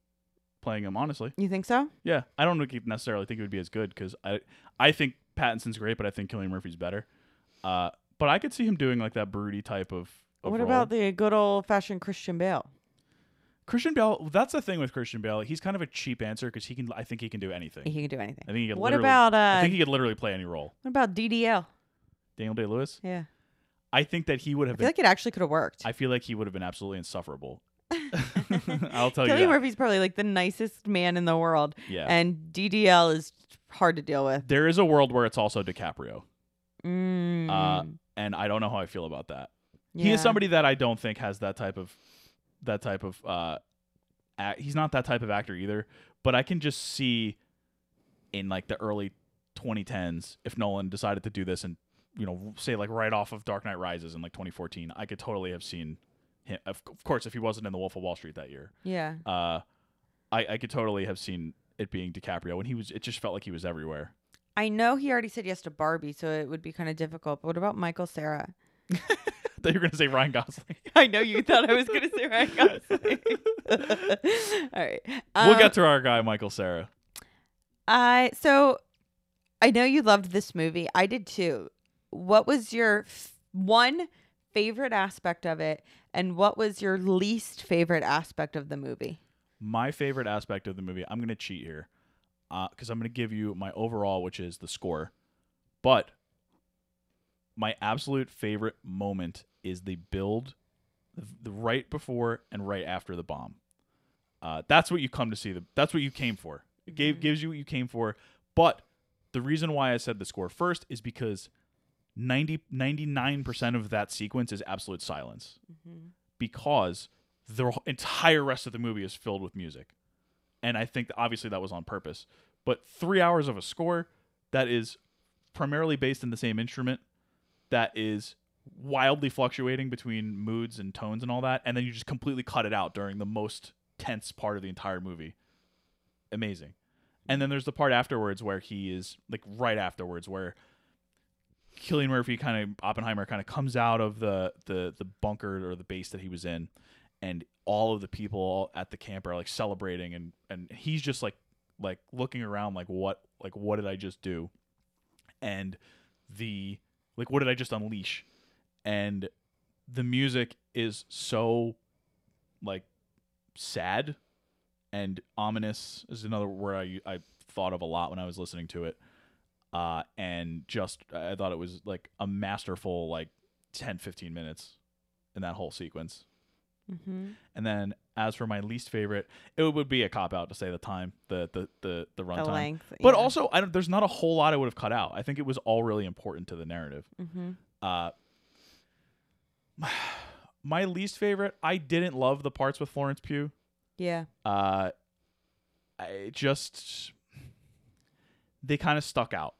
B: playing him honestly.
A: You think so?
B: Yeah, I don't think he'd necessarily think it would be as good because I I think Pattinson's great, but I think Killian Murphy's better. Uh, but I could see him doing like that broody type of. of
A: what
B: role.
A: about the good old fashioned Christian Bale?
B: Christian Bale? That's the thing with Christian Bale. He's kind of a cheap answer because he can. I think he can do anything.
A: He can do anything.
B: I think he could.
A: What
B: literally-
A: about
B: I
A: uh?
B: think he could literally play any role.
A: what about DDL?
B: Daniel Day Lewis.
A: Yeah,
B: I think that he would
A: I
B: have.
A: feel
B: Been,
A: like it actually could have worked.
B: I feel like he would have been absolutely insufferable. I'll tell
A: Killian
B: you that.
A: Murphy's probably like the nicest man in the world,
B: yeah.
A: and DDL is hard to deal with.
B: there is a world where it's also DiCaprio,
A: Mm,
B: and I don't know how I feel about that. he is
A: yeah.
B: somebody that I don't think has that type of that type of uh act. he's not that type of actor either but I can just see in like the early 2010s if Nolan decided to do this and you know say like right off of Dark Knight Rises in like 2014 I could totally have seen him of, of course if he wasn't in The Wolf of Wall Street that year
A: Yeah,
B: uh I I could totally have seen it being DiCaprio and he was it just felt like he was everywhere
A: I know he already said yes to Barbie, so it would be kind of difficult. But what about Michael Sarah?
B: I thought you were going to say Ryan Gosling
A: I know you thought I was gonna say Ryan Gosling. All right, Uh, Um,
B: we'll get to our guy Michael Sarah
A: I so I know you loved this movie. I did too. What was your f- one favorite aspect of it, and what was your least favorite aspect of the movie?
B: my favorite aspect of the movie i'm going to cheat here because i'm going to give you my overall which is the score but my absolute favorite moment is the build the, the right before and right after the bomb uh, that's what you come to see the, that's what you came for it gave, gives you what you came for but the reason why i said the score first is because 90, 99% of that sequence is absolute silence because the wh- entire rest of the movie is filled with music. And I think that obviously that was on purpose. But three hours of a score that is primarily based in the same instrument, that is wildly fluctuating between moods and tones and all that, and then you just completely cut it out during the most tense part of the entire movie. Amazing. And then there's the part afterwards where he is like right afterwards where Killian Murphy kind of Oppenheimer kind of comes out of the the the bunker or the base that he was in, and all of the people at the camp are like celebrating, and and he's just like like looking around like what like what did I just do, and the like what did I just unleash, and the music is so like sad and ominous is another word I I thought of a lot when I was listening to it uh, and just I thought it was like a masterful like 10 15 minutes in that whole sequence.
A: Mm-hmm.
B: And then as for my least favorite, it would be a cop out to say the time, the the the
A: The
B: the runtime.
A: length,
B: But
A: yeah.
B: also, I don't, there's not a whole lot I would have cut out. I think it was all really important to the narrative.
A: Mhm.
B: Uh, my least favorite, I didn't love the parts with Florence Pugh.
A: yeah,
B: Uh, I just they kind of stuck out.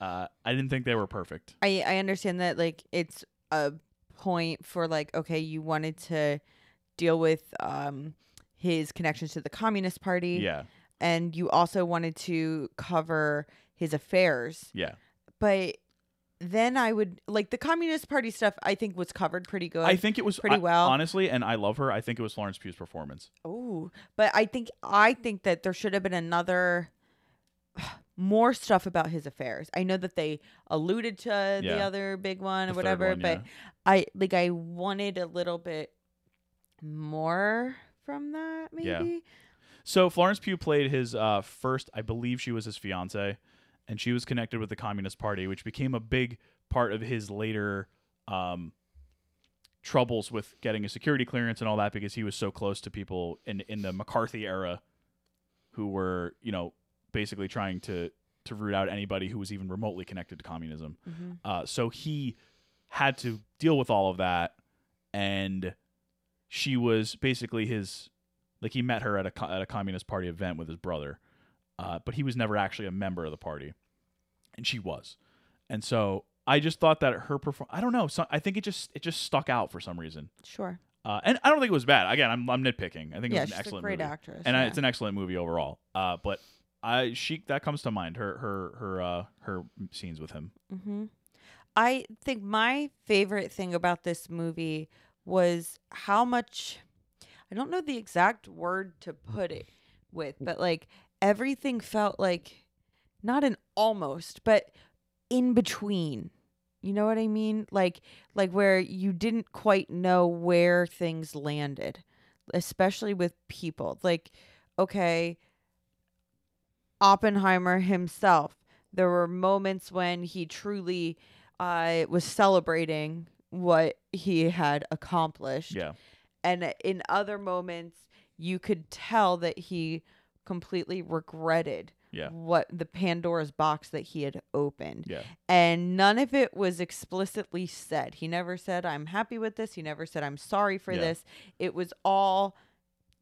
B: Uh, I didn't think they were perfect.
A: I I understand that like it's a point for like okay, you wanted to deal with um his connections to the Communist Party,
B: Yeah,
A: and you also wanted to cover his affairs,
B: yeah.
A: but then I would like the Communist Party stuff. I think was covered pretty good.
B: I think it was
A: pretty
B: I-
A: well.
B: honestly, and I love her. I think it was Florence Pugh's performance.
A: Oh, but I think I think that there should have been another more stuff about his affairs. I know that they alluded to the
B: Yeah.
A: other big one
B: The
A: or
B: third
A: whatever,
B: one,
A: but
B: yeah.
A: I like I wanted a little bit more from that maybe.
B: Yeah. So Florence Pugh played his uh, first, I believe she was his fiance, and she was connected with the Communist Party, which became a big part of his later um, troubles with getting a security clearance and all that because he was so close to people in in the McCarthy era who were, you know, basically trying to to root out anybody who was even remotely connected to communism.
A: Mhm.
B: Uh, so he had to deal with all of that, and she was basically his. Like he met her at a co- at a communist party event with his brother, uh, but he was never actually a member of the party, and she was, and so I just thought that her perform. I don't know. So I think it just it just stuck out for some reason,
A: Sure.
B: uh, and I don't think it was bad. Again, I'm I'm nitpicking. I think it
A: Yeah,
B: was
A: she's
B: an excellent
A: a great
B: movie,
A: actress.
B: and I,
A: yeah.
B: it's an excellent movie overall. Uh, but I she that comes to mind. Her her her uh her scenes with him.
A: Mm-hmm. I think my favorite thing about this movie was how much I don't know the exact word to put it with, but like everything felt like not an almost, but in between. You know what I mean? Like like where you didn't quite know where things landed, especially with people. Like okay, Oppenheimer himself there were moments when he truly uh, was celebrating what he had accomplished
B: Yeah.
A: and in other moments you could tell that he completely regretted
B: Yeah.
A: what the pandora's box that he had opened
B: Yeah.
A: and none of it was explicitly said he never said i'm happy with this he never said i'm sorry for
B: Yeah.
A: this it was all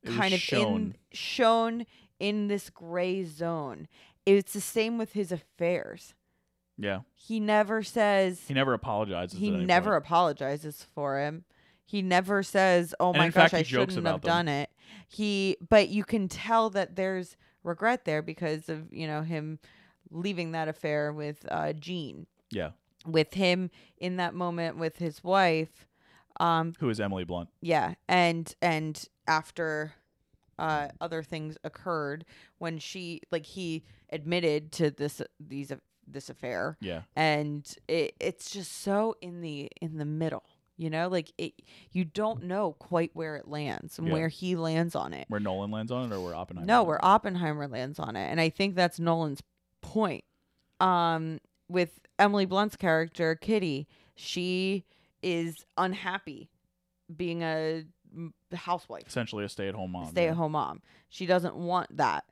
B: It was
A: kind of
B: shown.
A: in shown in this gray zone it's the same with his affairs
B: Yeah.
A: he never says
B: He never apologizes.
A: he
B: at any
A: never
B: point.
A: apologizes for him. He never says, "Oh
B: And
A: my
B: in
A: gosh,
B: fact,
A: I
B: he jokes
A: shouldn't
B: about
A: have
B: them.
A: done it." He, but you can tell that there's regret there because of you know him leaving that affair with uh, Jean,
B: Yeah.
A: with him in that moment with his wife. Um,
B: Who is Emily Blunt?
A: yeah, and and after uh, other things occurred when she like he admitted to this these this affair
B: Yeah.
A: and it, it's just so in the in the middle you know like it you don't know quite where it lands and
B: Yeah.
A: where he lands on it
B: Where Nolan lands on it, or where Oppenheimer?
A: no
B: lands?
A: where oppenheimer lands on it and i think that's nolan's point um with emily blunt's character kitty she is unhappy being a m- housewife
B: essentially a stay-at-home mom.
A: stay at home mom. She doesn't want that.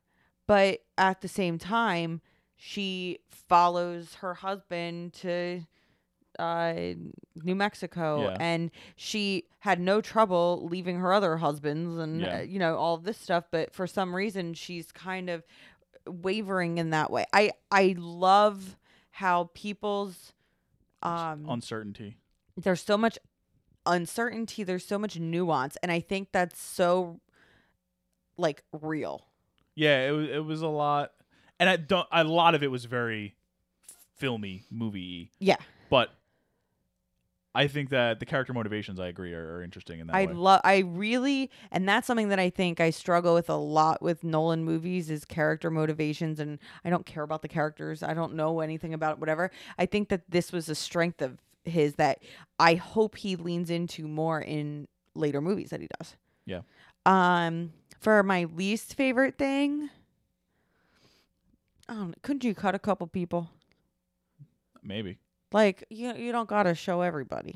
A: But at the same time, she follows her husband to uh, New Mexico
B: Yeah.
A: and she had no trouble leaving her other husbands and,
B: Yeah.
A: uh, you know, all of this stuff. But for some reason, she's kind of wavering in that way. I, I love how people's. Um,
B: Uncertainty.
A: there's so much uncertainty there's so much nuance and i think that's so like real
B: Yeah. It was. It was a lot, and I don't. A lot of it was very filmy, movie.
A: yeah
B: But I think that the character motivations, I agree, are, are interesting in that
A: i
B: way.
A: love i really and that's something that i think i struggle with a lot with nolan movies is character motivations and i don't care about the characters i don't know anything about whatever i think that this was a strength of his that i hope he leans into more in later movies that he does
B: Yeah.
A: um for my least favorite thing I don't, couldn't you cut a couple people
B: Maybe.
A: Like you, you don't gotta show everybody.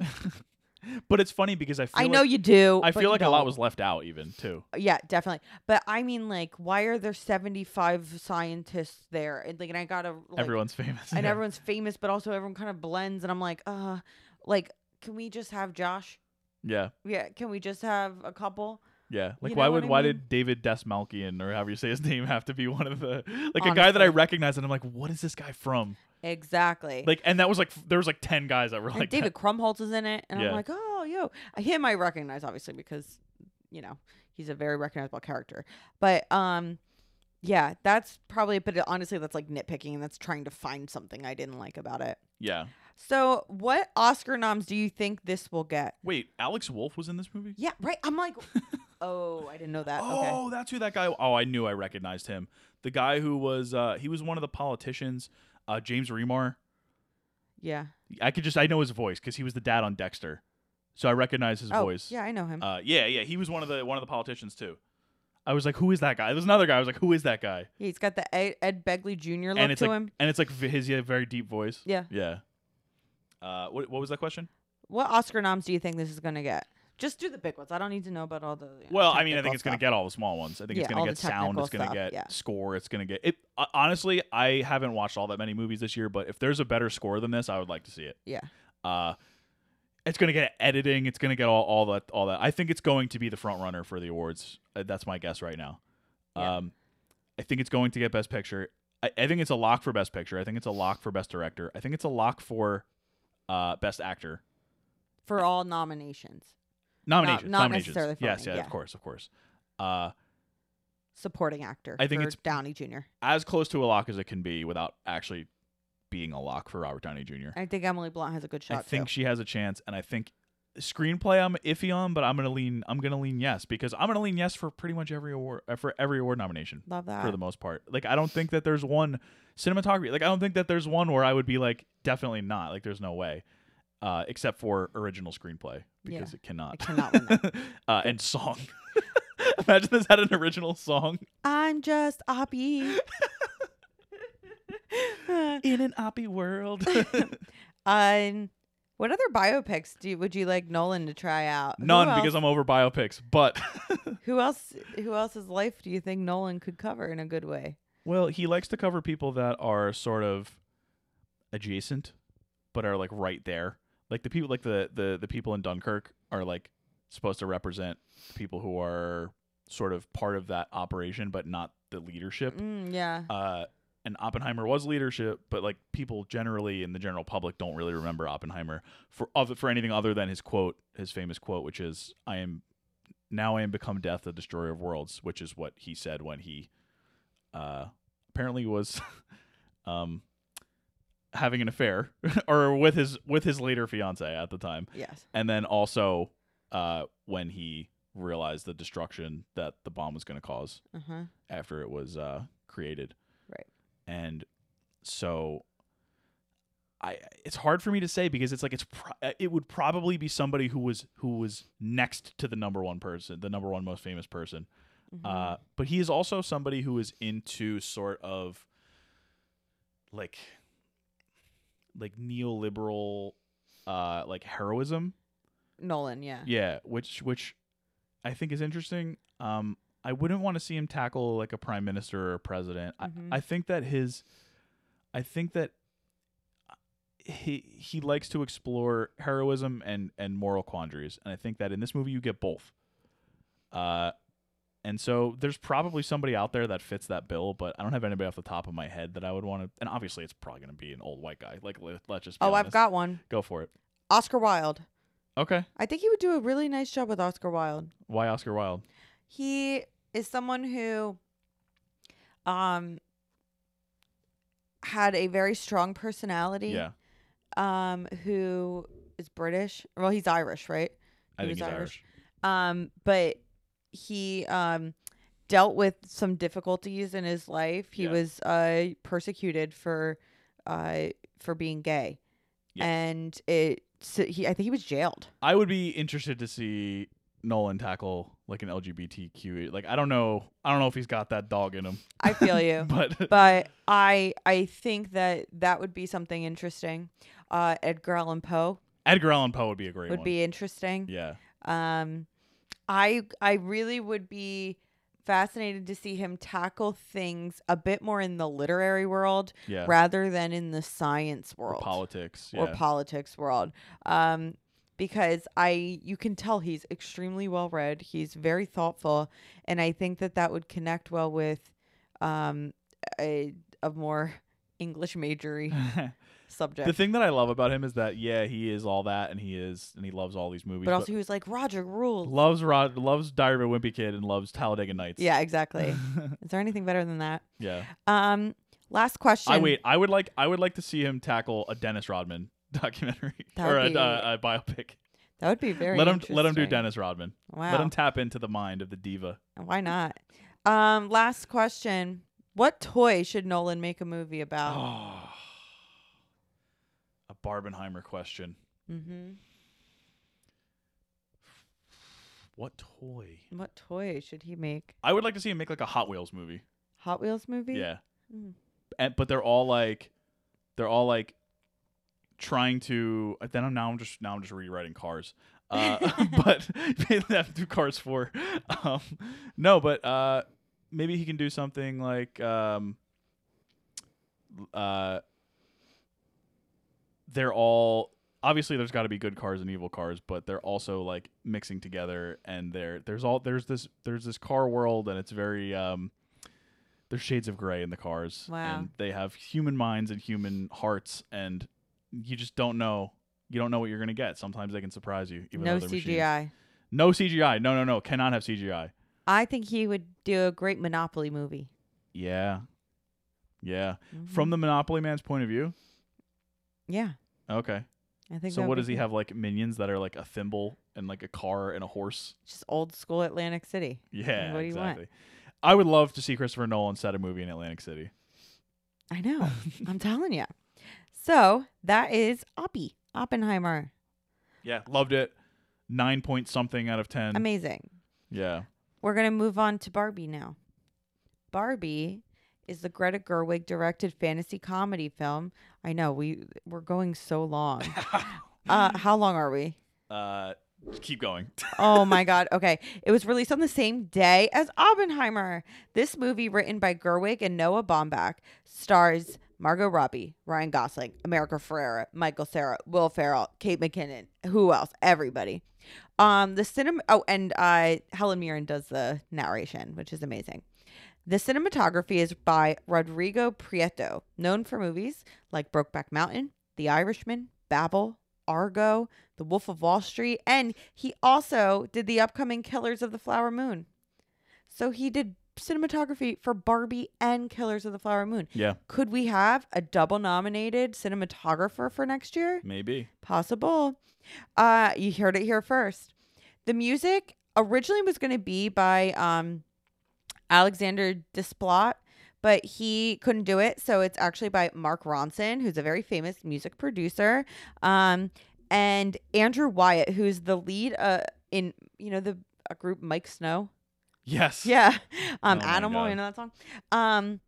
B: But it's funny because I feel.
A: I
B: like,
A: know you do.
B: I
A: but
B: feel
A: you
B: like a lot
A: don't.
B: was left out, even too.
A: Yeah, definitely. But I mean, like, why are there seventy five scientists there? And like, and I gotta like,
B: Everyone's famous.
A: and
B: Yeah.
A: everyone's famous, but also everyone kind of blends. And I'm like, uh, like, can we just have Josh?
B: Yeah.
A: Yeah, can we just have a couple?
B: Yeah, like
A: You
B: why
A: know what
B: would
A: I
B: why
A: mean?
B: did David Desmalkian or however you say his name have to be one of the like a guy that I
A: Honestly.
B: recognize and I'm like, what is this guy from?
A: Exactly.
B: Like, and that was like f- there was like ten guys that were
A: and
B: like
A: David Krumholtz is in it, and I'm
B: Yeah.
A: like, oh, yo, him I recognize obviously because you know he's a very recognizable character. But um, yeah, that's probably. But honestly, that's like nitpicking, and that's trying to find something I didn't like about it.
B: that. Yeah,
A: So, what Oscar noms do you think this will get?
B: Wait, Alex Wolf was in this movie?
A: Yeah, right. I'm like, oh, I didn't know that.
B: Oh, that's who that guy. Oh, I knew I recognized him. The guy who was uh he was one of the politicians, uh James Remar.
A: Okay. Yeah.
B: I could just I know his voice cuz he was the dad on Dexter. So I recognize his
A: oh,
B: voice.
A: yeah, I know him.
B: Uh yeah, yeah, he was one of the one of the politicians too. I was like, who is that guy? There's another guy. I was like, who is that guy?
A: yeah, he's got the Ed, Ed Begley Jr. look
B: and it's
A: to
B: like
A: him.
B: and it's like v- his yeah, very deep voice.
A: Yeah.
B: Yeah. Uh what what was that question?
A: What Oscar noms do you think this is gonna get? Just do the big ones. I don't need to know about all the. you know,
B: Well, I mean, I
A: technical
B: think it's going to
A: stuff.
B: get all the small ones. I think it's
A: Yeah,
B: going
A: all the
B: to get sound. It's
A: technical
B: going
A: stuff,
B: to get
A: yeah.
B: score. It's going to get it. Uh, honestly, I haven't watched all that many movies this year, but if there's a better score than this, I would like to see it.
A: Yeah.
B: Uh, it's going to get editing. It's going to get all, all that. All that. I think it's going to be the front runner for the awards. Uh, that's my guess right now.
A: Yeah.
B: Um, I think it's going to get Best Picture. I, I think it's a lock for Best Picture. I think it's a lock for Best Director. I think it's a lock for uh, Best Actor.
A: for all nominations.
B: Nominations.
A: not
B: nominations.
A: necessarily for
B: yes.
A: winning,
B: yeah.
A: yeah.
B: Of course. Of course. Uh,
A: Supporting actor.
B: I think
A: for
B: it's-
A: Downey Jr.
B: as close to a lock as it can be without actually being a lock for Robert Downey Jr.
A: I think Emily Blunt has a good shot.
B: I think
A: too.
B: she has a chance, and I think screenplay I'm iffy on, but I'm gonna lean I'm gonna lean yes because I'm gonna lean yes for pretty much every award uh, for every award nomination
A: love that.
B: for the most part. Like I don't think that there's one cinematography. Like I don't think that there's one where I would be like definitely not. Like there's no way, uh, except for original screenplay because it cannot.
A: It cannot win that.
B: uh, and song. Imagine this had an original song.
A: I'm just Oppie.
B: In an oppie world.
A: um, what other biopics do you, would you like Nolan to try out? Who
B: None
A: else-
B: because I'm over biopics. But
A: Who else? Who else's life do you think Nolan could cover in a good way?
B: well, he likes to cover people that are sort of adjacent, but are like right there. Like the people, like the the the people in Dunkirk are like supposed to represent the people who are sort of part of that operation, but not the leadership.
A: Mm, yeah.
B: Uh, and Oppenheimer was leadership, but like people generally in the general public don't really remember Oppenheimer for of for anything other than his quote, his famous quote, which is "I am now I am become death, the destroyer of worlds," which is what he said when he uh, apparently was um, having an affair or with his with his later fiance at the time
A: yes.
B: and then also uh, when he realized the destruction that the bomb was going to cause
A: Uh huh.
B: after it was uh, created.
A: Right.
B: And so, I it's hard for me to say because it's like it's pro- uh, it would probably be somebody who was who was next to the number one person, the number one most famous person.
A: mm-hmm.
B: Uh, but he is also somebody who is into sort of like like neoliberal uh like heroism
A: Nolan. Yeah.
B: yeah, which which I think is interesting. Um, I wouldn't want to see him tackle like a prime minister or a president.
A: Mhm.
B: I, I think that his, I think that uh, he he likes to explore heroism and and moral quandaries, and I think that in this movie you get both. Uh, and so there's probably somebody out there that fits that bill, but I don't have anybody off the top of my head that I would want to. And obviously, it's probably going to be an old white guy. Like let, let's just be
A: Oh, I've
B: honest.
A: got one.
B: go for it.
A: Oscar Wilde.
B: Okay,
A: I think he would do a really nice job with Oscar Wilde.
B: why Oscar Wilde?
A: He is someone who um had a very strong personality.
B: Yeah,
A: Um who is British. Well, he's Irish, right?
B: I
A: He
B: think
A: was
B: he's
A: Irish.
B: Irish.
A: Um but he um dealt with some difficulties in his life. He
B: Yeah.
A: was uh persecuted for uh for being gay.
B: Yeah.
A: And it so he I think he was jailed.
B: I would be interested to see Nolan tackle like an LGBTQ. Like I don't know, I don't know if he's got that dog in him,
A: I feel you.
B: but,
A: but I I think that that would be something interesting. Uh, Edgar Allan Poe
B: Edgar Allan Poe would be a great
A: would
B: one.
A: be interesting.
B: yeah,
A: Um, I I really would be fascinated to see him tackle things a bit more in the literary world
B: yeah.
A: rather than in the science
B: Or
A: world
B: politics, yeah.
A: or politics world. Um, because I you can tell he's extremely well read. He's very thoughtful, and I think that that would connect well with um, a a more English majory subject.
B: the thing that I love about him is that yeah, he is all that, and he is, and he loves all these movies.
A: but also, he was like Roger rules.
B: loves Rod, loves Diary of a Wimpy Kid, and loves Talladega Nights.
A: yeah, exactly. Is there anything better than that?
B: yeah.
A: Um, last question.
B: I wait. I would like. I would like to see him tackle a Dennis Rodman documentary
A: That
B: or
A: would
B: a,
A: be
B: a, a biopic.
A: That would be very.
B: let him let him do
A: interesting.
B: Dennis Rodman.
A: Wow.
B: Let him tap into the mind of the diva.
A: Why not? Um, last question. What toy should Nolan make a movie about?
B: Oh. A Barbenheimer question.
A: hmm
B: What toy?
A: What toy should he make?
B: I would like to see him make like a Hot Wheels movie.
A: Hot Wheels movie?
B: Yeah.
A: Mm.
B: And but they're all like they're all like trying to uh, then I'm now I'm just now I'm just rewriting cars. Uh but that do cars for. Um no, but uh maybe he can do something like um uh they're all obviously there's got to be good cars and evil cars but they're also like mixing together and there there's all there's this there's this car world and it's very um there's shades of gray in the cars
A: Wow.
B: and they have human minds and human hearts and you just don't know you don't know what you're going to get sometimes they can surprise you even
A: No
B: though they're machines.
A: CGI.
B: no CGI no no no cannot have CGI
A: I think he would do a great Monopoly movie. Mm-hmm.
B: yeah yeah from the monopoly man's point of view
A: yeah,
B: okay
A: I think. that
B: So what
A: would
B: does he
A: be-
B: have like minions that are like a thimble and like a car and a horse?
A: Just old school Atlantic City.
B: Yeah,
A: What do you want?
B: exactly. I would love to see Christopher Nolan set a movie in Atlantic City.
A: I
B: Oh.
A: know. I'm telling you. So that is Oppie Oppenheimer.
B: Yeah, loved it. Nine point something out of ten.
A: Amazing.
B: yeah,
A: We're gonna move on to Barbie now. Barbie is the Greta Gerwig directed fantasy comedy film. I know we we're going so long. uh, how long are we?
B: uh, keep going.
A: Oh my God. Okay. It was released on the same day as Oppenheimer. This movie, written by Gerwig and Noah Baumbach, stars Margot Robbie, Ryan Gosling, America Ferrera, Michael Sarah, Will Ferrell, Kate McKinnon. Who else? Everybody. Um, the cinema. Oh, and uh, Helen Mirren does the narration, which is amazing. The cinematography is by Rodrigo Prieto, known for movies like Brokeback Mountain, The Irishman, Babel, Argo, The Wolf of Wall Street, and he also did the upcoming Killers of the Flower Moon. So he did cinematography for Barbie and Killers of the Flower Moon.
B: yeah,
A: Could we have a double nominated cinematographer for next year?
B: maybe.
A: Possible. Uh, you heard it here first. The music originally was going to be by um, Alexander Desplat, but he couldn't do it. So it's actually by Mark Ronson, who's a very famous music producer, um, and Andrew Wyatt, who's the lead uh, in you know the a group Mike Snow.
B: Yes.
A: Yeah. Um,
B: Oh my
A: Animal,
B: God.
A: you know that song? Um,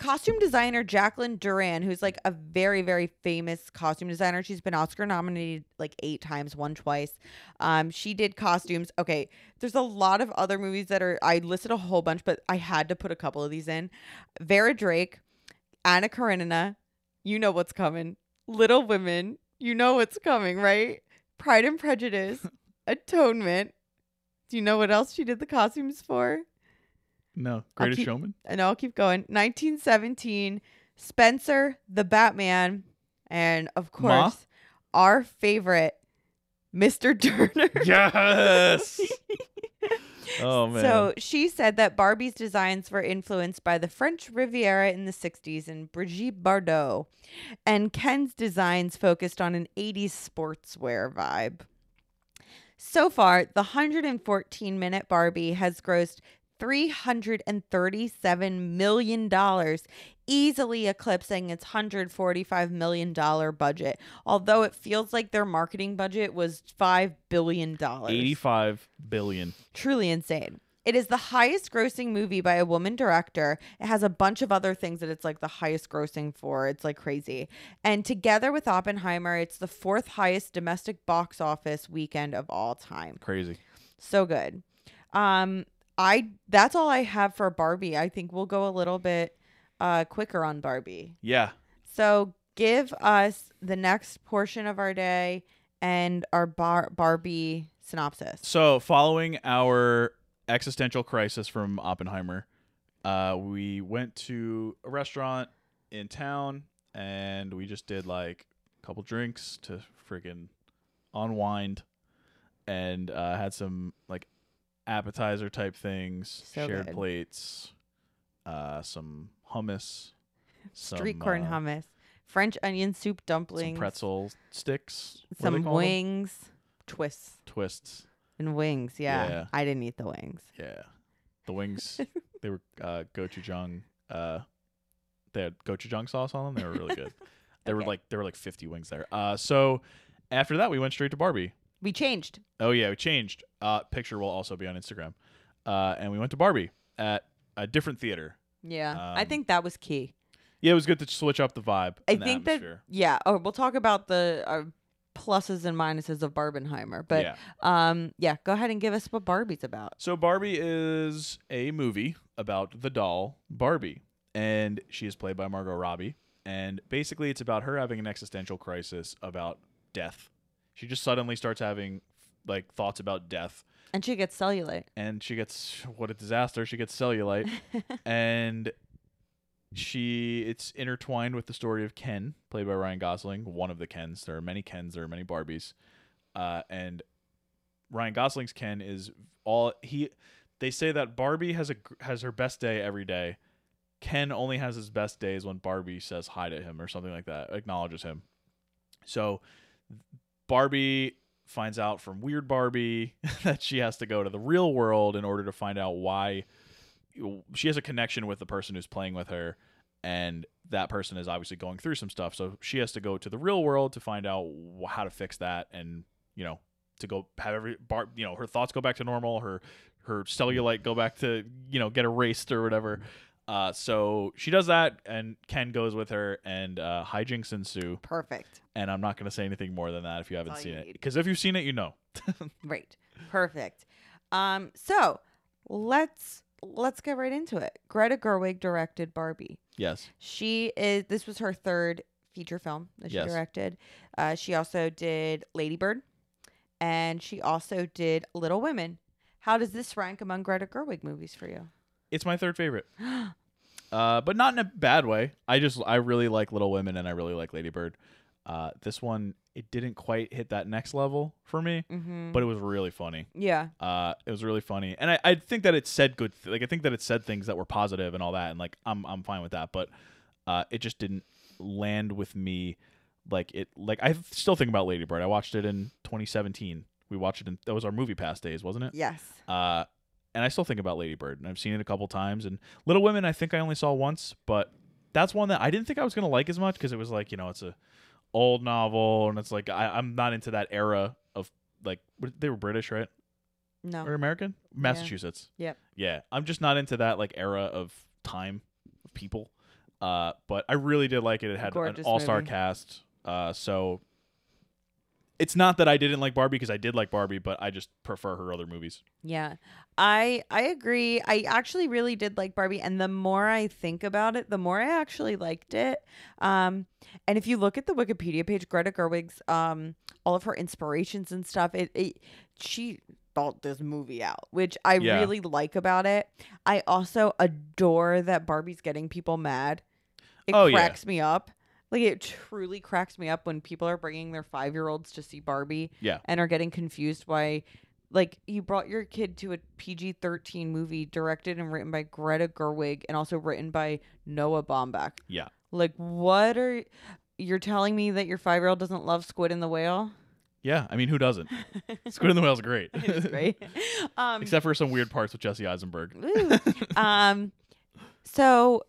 A: costume designer Jacqueline Duran, who's like a very, very famous costume designer. She's been Oscar nominated like eight times, one twice. Um, she did costumes. Okay. There's a lot of other movies that are, I listed a whole bunch, but I had to put a couple of these in. Vera Drake, Anna Karenina, you know what's coming. Little Women, you know what's coming, right? Pride and Prejudice, Atonement. Do you know what else she did the costumes for?
B: No.
A: I'll
B: Greatest
A: keep-
B: Showman.
A: and I'll keep going. 1917, Spencer, the Batman, and of course,
B: Ma?
A: our favorite, Mr. Turner.
B: Yes. oh man.
A: So she said that Barbie's designs were influenced by the French Riviera in the 60s and Brigitte Bardot, and Ken's designs focused on an 80s sportswear vibe. So far, the 114 minute Barbie has grossed $337 million, easily eclipsing its $145 million budget, although it feels like their marketing budget was $5 billion
B: eighty-five billion.
A: truly insane. It is the highest grossing movie by a woman director. It has a bunch of other things that it's like the highest grossing for. It's like crazy. And together with Oppenheimer, it's the fourth highest domestic box office weekend of all time.
B: Crazy.
A: So good. Um I that's all I have for Barbie. I think we'll go a little bit uh quicker on Barbie.
B: Yeah.
A: So give us the next portion of our day and our bar- Barbie synopsis.
B: So, following our existential crisis from Oppenheimer, uh, we went to a restaurant in town and we just did like a couple drinks to freaking unwind and uh, had some like appetizer type things,
A: So
B: shared
A: good.
B: plates, uh, some hummus, some,
A: Street corn
B: uh,
A: hummus French onion soup
B: Some
A: dumplings,
B: pretzel sticks, what do they
A: some
B: call them?
A: wings, twists
B: twists.
A: and wings. Yeah.
B: Yeah.
A: I didn't eat the wings.
B: Yeah, the wings. they were uh, gochujang. Uh, they had gochujang sauce on them. They were really good. They were
A: Okay.
B: like there were like fifty wings there. Uh, so after that, we went straight to Barbie.
A: We changed.
B: Oh yeah, we changed. Uh, picture will also be on Instagram. Uh, and we went to Barbie at a different theater.
A: Yeah. I
B: Um,
A: think that was key.
B: Yeah, it was good to switch up the vibe.
A: I
B: and the
A: think
B: atmosphere.
A: that yeah. Oh, we'll talk about the uh, pluses and minuses of Barbenheimer, but
B: yeah.
A: um, yeah. Go ahead and give us what Barbie's about.
B: So Barbie is a movie about the doll Barbie, and she is played by Margot Robbie. And basically, it's about her having an existential crisis about death. She just suddenly starts having like thoughts about death,
A: And she gets cellulite.
B: and she gets what a disaster. She gets cellulite, and she it's intertwined with the story of Ken, played by Ryan Gosling, one of the Kens. There are many Kens. There are many Barbies, uh, and Ryan Gosling's Ken is all he. They say that Barbie has a gr- has her best day every day. Ken only has his best days when Barbie says hi to him or something like that, acknowledges him. So Barbie finds out from Weird Barbie that she has to go to the real world in order to find out why she has a connection with the person who's playing with her and that person is obviously going through some stuff so she has to go to the real world to find out wh- how to fix that and you know to go have every bar you know her thoughts go back to normal her her cellulite go back to you know get erased or whatever uh, so she does that and ken goes with her and uh, hijinks ensue
A: Perfect.
B: and i'm not going to say anything more than that if you haven't
A: all you
B: seen it
A: need.
B: because if you've seen it you know
A: Right. Perfect. Um, so let's let's get right into it. Greta Gerwig directed Barbie.
B: yes
A: She is this was her third feature film that she
B: Yes.
A: directed. Uh, she also did Lady Bird and she also did Little Women. How does this rank among Greta Gerwig movies for you?
B: it's my third favorite uh, but not in a bad way. I just I really like Little Women and I really like Lady Bird. Uh, this one it didn't quite hit that next level for me,
A: mm-hmm.
B: but it was really funny.
A: yeah.
B: Uh, it was really funny, and I, I think that it said good th- like I think that it said things that were positive and all that, and like I'm I'm fine with that, but uh, it just didn't land with me like it like I still think about Lady Bird. I watched it in 2017. We watched it in that was our movie pass days, wasn't it?
A: Yes.
B: Uh, and I still think about Lady Bird, and I've seen it a couple times. And Little Women, I think I only saw once, but that's one that I didn't think I was gonna like as much because it was like you know it's a old novel, and it's like I, I'm not into that era of like what- they were British, right,
A: No.
B: or American, Massachusetts.
A: Oh. Yep.
B: Yeah, I'm just not into that like era of time of people. Uh, but I really did like it. It had
A: Gorgeous
B: an all-star
A: movie.
B: cast. Uh, so it's not that I didn't like Barbie because I did like Barbie, but I just prefer her other movies.
A: Yeah. I I agree. I actually really did like Barbie and the more I think about it, the more I actually liked it. Um and if you look at the Wikipedia page Greta Gerwig's um all of her inspirations and stuff, it, it she thought this movie out, which I
B: Yeah.
A: really like about it. I also adore that Barbie's getting people mad. It
B: Oh, yeah.
A: cracks me up. Like it truly cracks me up when people are bringing their 5-year-olds to see Barbie
B: Yeah.
A: and are getting confused why like you brought your kid to a PG-13 movie directed and written by Greta Gerwig and also written by Noah Baumbach.
B: Yeah.
A: Like what are you're telling me that your 5-year-old doesn't love Squid and the Whale?
B: Yeah, I mean, who doesn't? Squid in the Whale's great.
A: It's great. Um
B: Except for some weird parts with Jesse Eisenberg.
A: Ooh. um so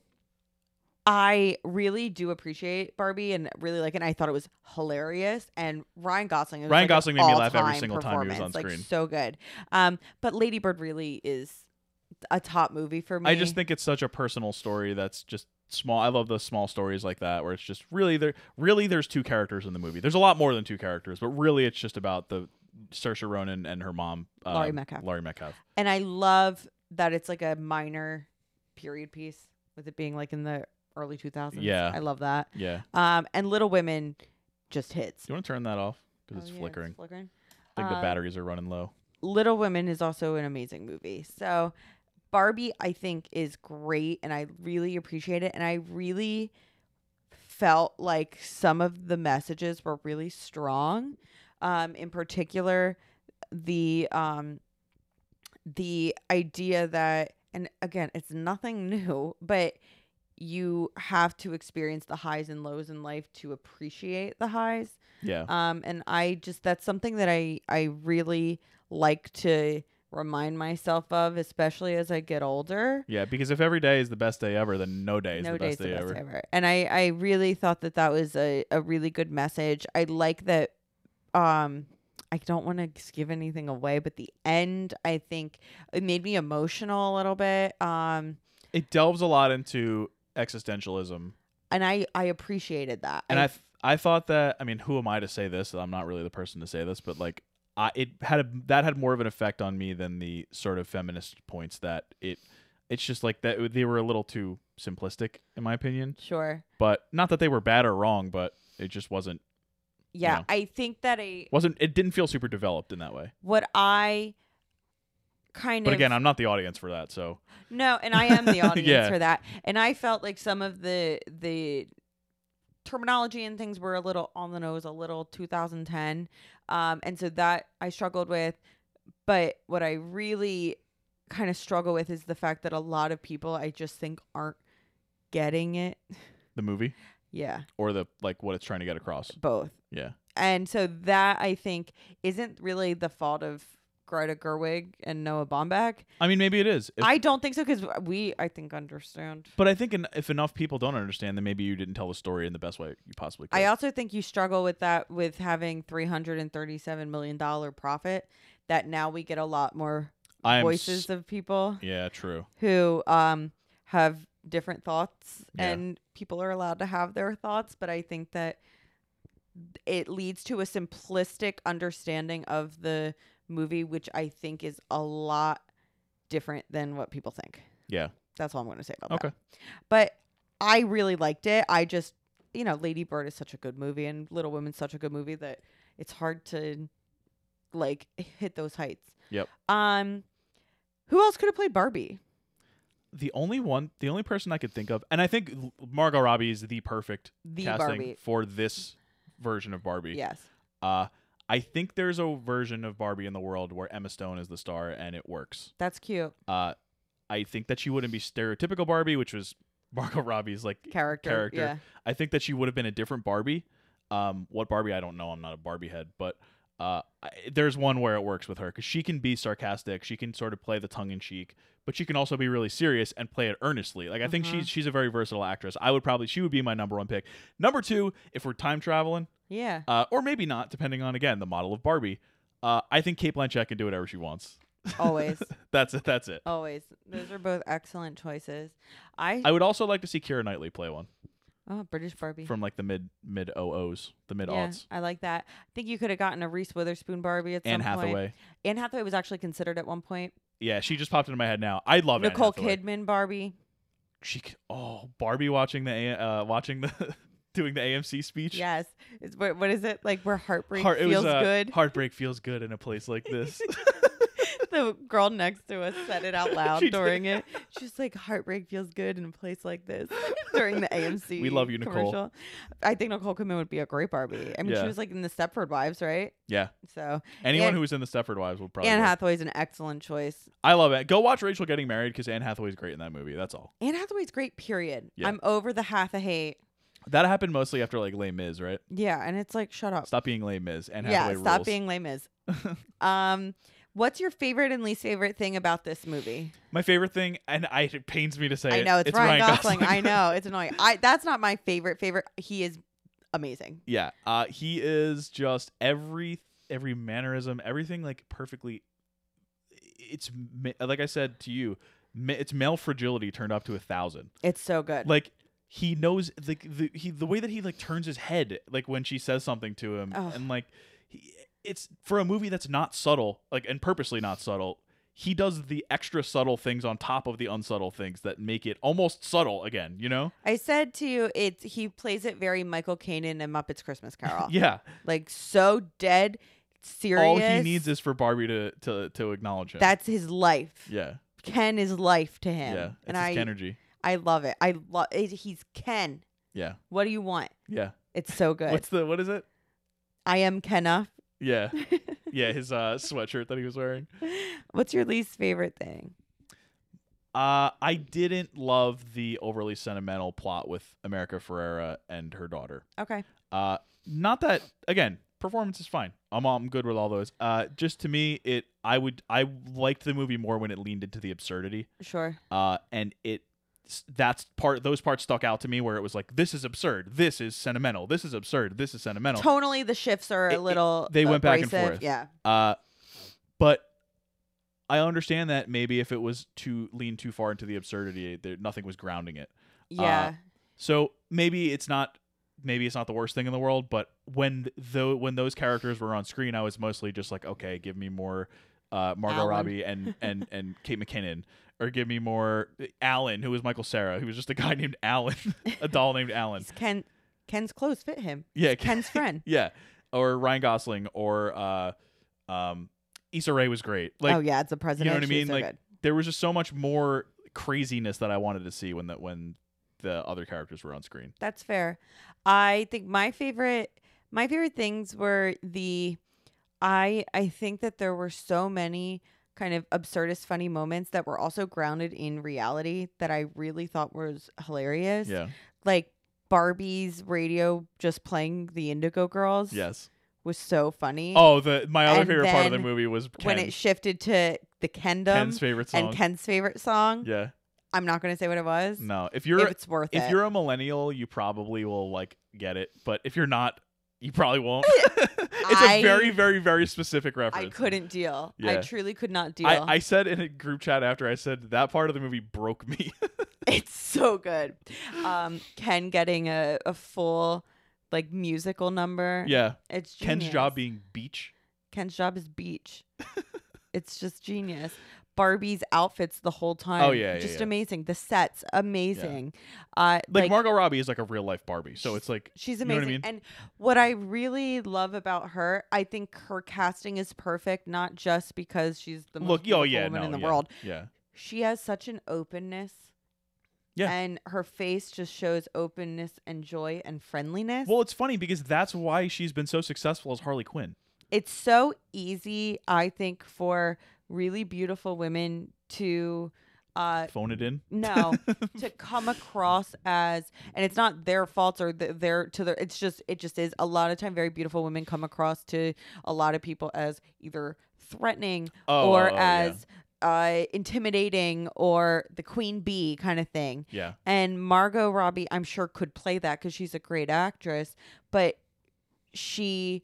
A: I really do appreciate Barbie and really like it. And I thought it was hilarious. And Ryan Gosling. It was
B: Ryan
A: like
B: Gosling
A: an
B: made me laugh every
A: all-time
B: single time he was
A: performance,
B: on screen.
A: Like, so good. Um, but Lady Bird really is a top movie for me.
B: I just think it's such a personal story that's just small. I love those small stories like that where it's just really there. Really, there's two characters in the movie. There's a lot more than two characters, but really, it's just about the Saoirse Ronan and her mom, uh,
A: Laurie Metcalf.
B: Laurie Metcalf.
A: and I love that it's like a minor period piece with it being like in the early 2000s.
B: Yeah.
A: I love that.
B: Yeah,
A: Um, and Little Women just hits.
B: you want to turn that off
A: Oh,
B: because it's
A: yeah,
B: flickering.
A: flickering.
B: I think the
A: Um,
B: batteries are running low.
A: Little Women is also an amazing movie. So Barbie, I think, is great and I really appreciate it. And I really felt like some of the messages were really strong. Um, in particular, the um, the idea that, and again, it's nothing new, but you have to experience the highs and lows in life to appreciate the highs.
B: Yeah.
A: Um, and I just that's something that I I really like to remind myself of, especially as I get older.
B: Yeah, because if every day is the best day ever, then no day is
A: no
B: the
A: day's
B: best day ever.
A: And I, I really thought that that was a, a really good message. I like that. Um, I don't want to give anything away, but the end, I think it made me emotional a little bit. Um,
B: It delves a lot into existentialism,
A: and I, I appreciated that.
B: and I th- I thought that I mean, who am I to say this? I'm not really the person to say this, but like, I it had a, that had more of an effect on me than the sort of feminist points that it. It's just like that they were a little too simplistic, in my opinion.
A: sure.
B: But not that they were bad or wrong, but it just wasn't
A: Yeah,
B: know.
A: I think that I
B: wasn't it didn't feel super developed in that way.
A: what I kind
B: But
A: of
B: again, I'm not the audience for that, so
A: No, and I am the audience
B: Yeah.
A: for that. And I felt like some of the the terminology and things were a little on the nose, a little 2010. Um, and so that I struggled with. But what I really kind of struggle with is the fact that a lot of people I just think aren't getting it.
B: the movie
A: Yeah,
B: or the like what it's trying to get across.
A: both.
B: Yeah.
A: And so that I think isn't really the fault of Greta Gerwig and Noah Baumbach.
B: I mean, maybe it is. If-
A: I don't think so because we, I think, understand.
B: But I think en- if enough people don't understand, then maybe you didn't tell the story in the best way you possibly could.
A: I also think you struggle with that with having three hundred and thirty-seven million dollar profit. That now we get a lot more
B: I am
A: voices
B: s-
A: of people
B: yeah, true.
A: who um have different thoughts,
B: Yeah.
A: and people are allowed to have their thoughts. But I think that it leads to a simplistic understanding of the movie, which I think is a lot different than what people think.
B: Yeah.
A: That's all I'm going to say about that.
B: Okay.
A: But I really liked it. I just, you know, Lady Bird is such a good movie and Little Women's such a good movie that it's hard to like hit those heights.
B: Yep.
A: Um who else could have played Barbie?
B: The only one, the only person I could think of, and I think L- Margot Robbie is the perfect
A: The
B: casting
A: Barbie.
B: for this version of Barbie.
A: Yes.
B: Uh, I think there's a version of Barbie in the world where Emma Stone is the star and it works.
A: That's cute.
B: Uh, I think that she wouldn't be stereotypical Barbie, which was Margot Robbie's like
A: Character.
B: Character.
A: Yeah.
B: I think that she would have been a different Barbie. Um, what Barbie? I don't know. I'm not a Barbie head, but uh, I, there's one where it works with her because she can be sarcastic. She can sort of play the tongue in cheek, but she can also be really serious and play it earnestly. Like I think
A: Uh-huh.
B: she's she's a very versatile actress. I would probably she would be my number one pick. Number two, if we're time traveling,
A: Yeah.
B: uh, or maybe not, depending on again the model of Barbie. Uh, I think Kate Blanchett can do whatever she wants.
A: Always.
B: That's it. That's it.
A: Always. Those are both excellent choices. I,
B: I would also like to see Kira Knightley play one
A: oh, British Barbie.
B: from like the mid mid OOs, the mid
A: yeah,
B: aughts.
A: I like that. I think you could have gotten a Reese Witherspoon Barbie at
B: Anne
A: some point.
B: Hathaway.
A: Anne Hathaway was actually considered at one point.
B: Yeah, she just popped into my head now. I love Anne
A: Nicole
B: Hathaway.
A: Kidman Barbie.
B: She c- oh Barbie watching the A- uh, watching the doing the AMC speech.
A: Yes. It's what what is it? Like where heartbreak
B: Heart- it was,
A: feels
B: uh,
A: good.
B: Heartbreak feels good in a place like this.
A: the girl next to us said it out loud
B: She did.
A: during it. She was like, Heartbreak feels good in a place like this during the AMC.
B: We love you, Nicole.
A: commercial. I think Nicole Kidman would be a great Barbie. I mean,
B: Yeah.
A: she was like in the Stepford Wives, right?
B: yeah,
A: So
B: anyone
A: Anne-
B: who was in the Stepford Wives will probably.
A: Anne
B: love-
A: Hathaway's an excellent choice.
B: I love it. Go watch Rachel getting married because Anne Hathaway's great in that movie. That's all.
A: Anne Hathaway's great, period.
B: Yeah.
A: I'm over the Hathaway.
B: That happened mostly after like Les Mis, right?
A: Yeah, and it's like, shut up.
B: Stop being Les Mis. Anne
A: yeah,
B: Hathaway
A: stop
B: rules.
A: being lame is. um, what's your favorite and least favorite thing about this movie?
B: My favorite thing, and I, it pains me to say,
A: I
B: it,
A: know it's, Ryan, Gosling. I
B: Gosling.
A: know it's annoying. I that's not my favorite. Favorite. He is amazing.
B: Yeah, uh, he is just every every mannerism, everything like perfectly. It's ma- like I said to you, ma- it's male fragility turned up to a thousand.
A: It's so good.
B: Like he knows like the he the way that he like turns his head like when she says something to him,
A: Ugh.
B: and like he, it's for a movie that's not subtle, like and purposely not subtle. He does the extra subtle things on top of the unsubtle things that make it almost subtle again. You know?
A: I said to you, it's he plays it very Michael Caine in a Muppets Christmas Carol.
B: Yeah.
A: Like so dead serious.
B: All he needs is for Barbie to to to acknowledge him.
A: that's his life.
B: Yeah.
A: Ken is life to him.
B: Yeah. It's
A: and
B: his
A: I
B: energy.
A: I love it. I love it. He's Ken.
B: Yeah.
A: What do you want?
B: Yeah.
A: It's so good.
B: What's the what is it?
A: I am Kenna.
B: Yeah. Yeah, his uh sweatshirt that he was wearing.
A: What's your least favorite thing?
B: Uh, I didn't love the overly sentimental plot with America Ferrera and her daughter.
A: Okay.
B: Uh, not that again, performance is fine. I'm I'm good with all those. Uh, just to me, it I would I liked the movie more when it leaned into the absurdity.
A: Sure.
B: Uh, and it that's part those parts stuck out to me where it was like this is absurd, this is sentimental, this is absurd, this is sentimental.
A: Tonally, the shifts are
B: It-
A: a
B: it-
A: little.
B: they went back and
A: abrasive.
B: forth.
A: Yeah.
B: Uh, but I understand that maybe if it was to lean too far into the absurdity, there, nothing was grounding it. Uh,
A: Yeah.
B: So maybe it's not maybe it's not the worst thing in the world, but when though when those characters were on screen, I was mostly just like, okay, give me more uh, Margot
A: Alan.
B: Robbie and and and Kate McKinnon, or give me more uh, Alan, who was Michael Sarah, who was just a guy named Alan, a doll named Alan.
A: He's Ken. Ken's clothes fit him.
B: Yeah,
A: Ken's friend.
B: yeah, or Ryan Gosling, or uh, um, Issa Rae was great. Like
A: oh yeah, it's a president.
B: what I
A: She's
B: mean?
A: So
B: Like,
A: good.
B: there was just so much more craziness that I wanted to see when that when the other characters were on screen.
A: That's fair. I think my favorite my favorite things were the I I think that there were so many kind of absurdist funny moments that were also grounded in reality that I really thought was hilarious.
B: Yeah.
A: Like Barbie's radio just playing the Indigo Girls
B: Yes.
A: was so funny.
B: Oh, the my other
A: And
B: favorite part of the
A: then
B: movie was
A: when
B: Ken.
A: it shifted to the Kendom
B: Ken's favorite song.
A: and Ken's favorite song.
B: yeah.
A: I'm not gonna say what it was.
B: No, if
A: if
B: you're
A: it's worth
B: if
A: it.
B: you're a millennial, you probably will like get it, but if you're not, you probably won't. it's a
A: I-
B: very, very, very specific
A: I
B: reference.
A: couldn't deal. I
B: Yeah.
A: truly could not deal.
B: I, I said in a group chat after I said that part of the movie broke me.
A: It's so good. Um, Ken getting a, a full like musical number.
B: yeah.
A: It's genius.
B: Ken's job being beach.
A: Ken's job is beach. it's just genius. Barbie's outfits the whole time.
B: Oh, yeah, yeah,
A: just
B: yeah.
A: amazing. The sets amazing. Uh,
B: Like,
A: like
B: Margot Robbie is like a real life Barbie, so it's like
A: She's
B: You know what I
A: amazing.
B: mean?
A: And what I really love about her, I think her casting is perfect, not just because she's the most
B: look, oh
A: beautiful
B: yeah,
A: woman
B: no,
A: in the
B: yeah,
A: world,
B: Yeah.
A: she has such an openness.
B: Yeah.
A: And her face just shows openness and joy and friendliness.
B: Well, it's funny because that's why she's been so successful as Harley Quinn.
A: it's so easy, I think, for really beautiful women to uh
B: Phone it in.
A: no to come across as and it's not their faults or th- their to their it's just it just is a lot of time very beautiful women come across to a lot of people as either threatening
B: Oh,
A: or
B: oh, oh, yeah.
A: as uh intimidating or the queen bee kind of thing
B: yeah.
A: And Margot Robbie, I'm sure, could play that because she's a great actress, but she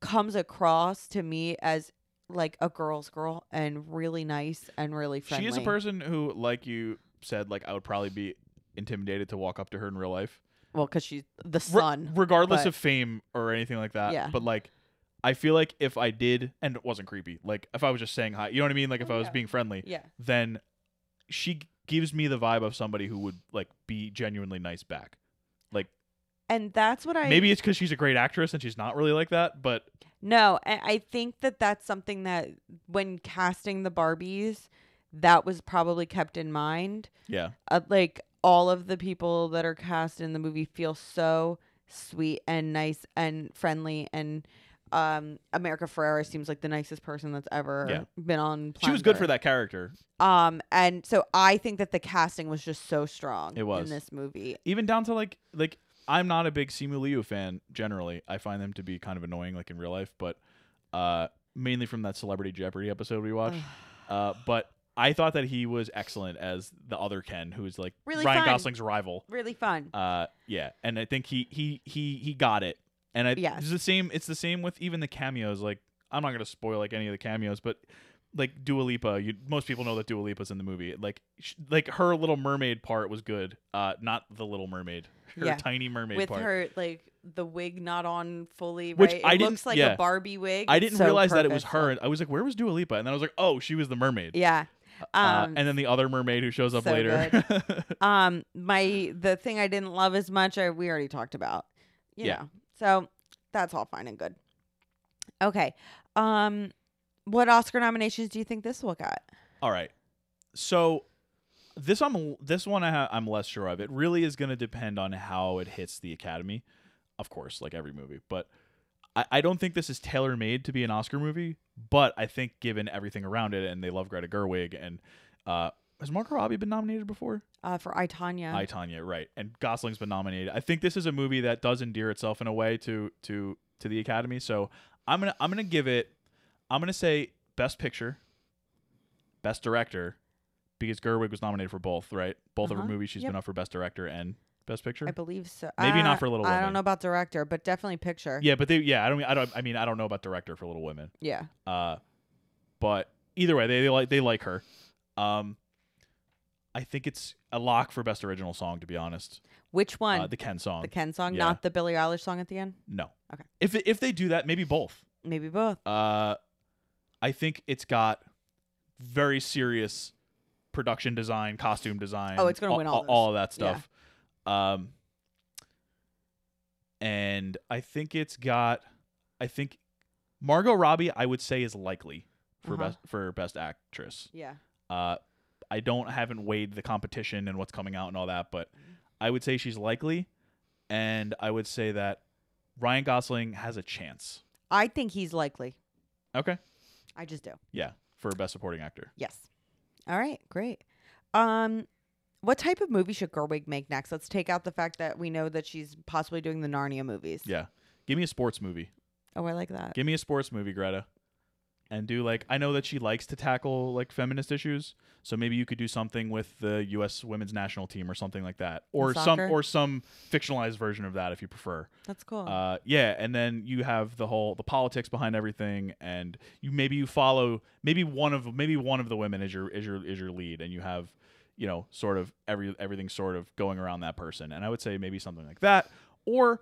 A: comes across to me as like a girl's girl and really nice and really friendly.
B: She is a person who, like you said, like I would probably be intimidated to walk up to her in real life,
A: Well, because she's the
B: Re-
A: son.
B: regardless
A: but-
B: of fame or anything like that.
A: Yeah.
B: But like, I feel like if I did, and it wasn't creepy, like if I was just saying hi, you know what I mean? Like if
A: Oh,
B: I was
A: yeah.
B: being friendly,
A: yeah.
B: then she g- gives me the vibe of somebody who would like be genuinely nice back.
A: And that's what I
B: Maybe it's because she's a great actress and she's not really like that, but
A: No, I, I think that that's something that when casting the Barbies, that was probably kept in mind.
B: yeah,
A: uh, like all of the people that are cast in the movie feel so sweet and nice and friendly and um America Ferrera seems like the nicest person that's ever
B: Yeah.
A: been on planet
B: she was good for
A: Earth.
B: that character.
A: Um and so I think that the casting was just so strong
B: It was.
A: in this movie.
B: even down to like like I'm not a big Simu Liu fan generally. I find them to be kind of annoying like in real life, but uh mainly from that Celebrity Jeopardy episode we watched. uh but I thought that he was excellent as the other Ken who is like
A: Really
B: Ryan
A: fun.
B: Gosling's rival.
A: Really fun.
B: Uh yeah, and I think he he he he got it. And I
A: Yes.
B: it's the same it's the same with even the cameos like I'm not going to spoil like any of the cameos, but like Dua Lipa, you most people know that Dua Lipa's in the movie. Like sh- like her Little Mermaid part was good. Uh not the Little Mermaid. Her
A: Yeah.
B: tiny mermaid
A: With
B: part.
A: her like the wig not on fully,
B: Which
A: right?
B: I
A: it
B: didn't-
A: looks like
B: yeah.
A: a Barbie wig.
B: I
A: It's
B: didn't
A: so
B: realize that it was
A: purposeful.
B: her. and I was like, "Where was Dua Lipa?" And then I was like, "Oh, she was the mermaid."
A: Yeah.
B: Uh,
A: Um,
B: and then the other mermaid who shows up
A: so
B: later.
A: um my the thing i didn't love as much I, we already talked about you
B: Yeah.
A: know so that's all fine and good okay um what oscar nominations do you think this will get
B: All right. So this I'm this one I ha- I'm less sure of. It really is going to depend on how it hits the Academy, of course, like every movie. But I, I don't think this is tailor made to be an Oscar movie. But I think given everything around it, and they love Greta Gerwig, and uh, Has Margot Robbie been nominated before?
A: uh, for I Tanya.
B: I Tanya, right? And Gosling's been nominated. I think this is a movie that does endear itself in a way to to to the Academy. So I'm gonna I'm gonna give it. I'm gonna say Best Picture, Best Director, because Gerwig was nominated for both, right? Both of her
A: Uh-huh.
B: movies, she's
A: Yep.
B: been up for Best Director and Best Picture.
A: I believe so.
B: Maybe not
A: Uh,
B: for Little
A: I
B: Women.
A: don't know about director, but definitely picture.
B: yeah, but they yeah I don't I don't I mean I don't know about director for Little Women.
A: Yeah.
B: Uh, but either way, they, they like they like her. Um, I think it's a lock for Best Original Song to be honest.
A: Which one?
B: Uh, the
A: the,
B: Ken song.
A: Ken song,
B: yeah.
A: not the Billie Eilish song at the end.
B: No.
A: Okay.
B: If if they do that, maybe both.
A: Maybe both.
B: Uh, I think it's got very serious production design, costume design.
A: Oh, it's gonna
B: all,
A: win all
B: all,
A: those.
B: of that stuff. Um, and I think it's got. I think Margot Robbie, I would say, is likely for
A: Uh-huh.
B: best for best actress.
A: Yeah.
B: Uh, I don't haven't weighed the competition and what's coming out and all that, but I would say she's likely, and I would say that Ryan Gosling has a chance.
A: I think he's likely.
B: Okay,
A: I just do.
B: yeah, for best supporting actor.
A: Yes. All right. Great. Um, what type of movie should Gerwig make next? Let's take out the fact that we know that she's possibly doing the Narnia movies.
B: Yeah, give me a sports movie.
A: Oh, I like that.
B: Give me a sports movie, Greta, and do like I know that she likes to tackle like feminist issues, so maybe you could do something with the U.S. women's national team or something like that, or some
A: soccer?
B: or some fictionalized version of that if you prefer.
A: That's cool.
B: Uh, yeah, and then you have the whole the politics behind everything, and you maybe you follow maybe one of maybe one of the women is your is your is your lead, and you have you know sort of every everything sort of going around that person, and I would say maybe something like that, or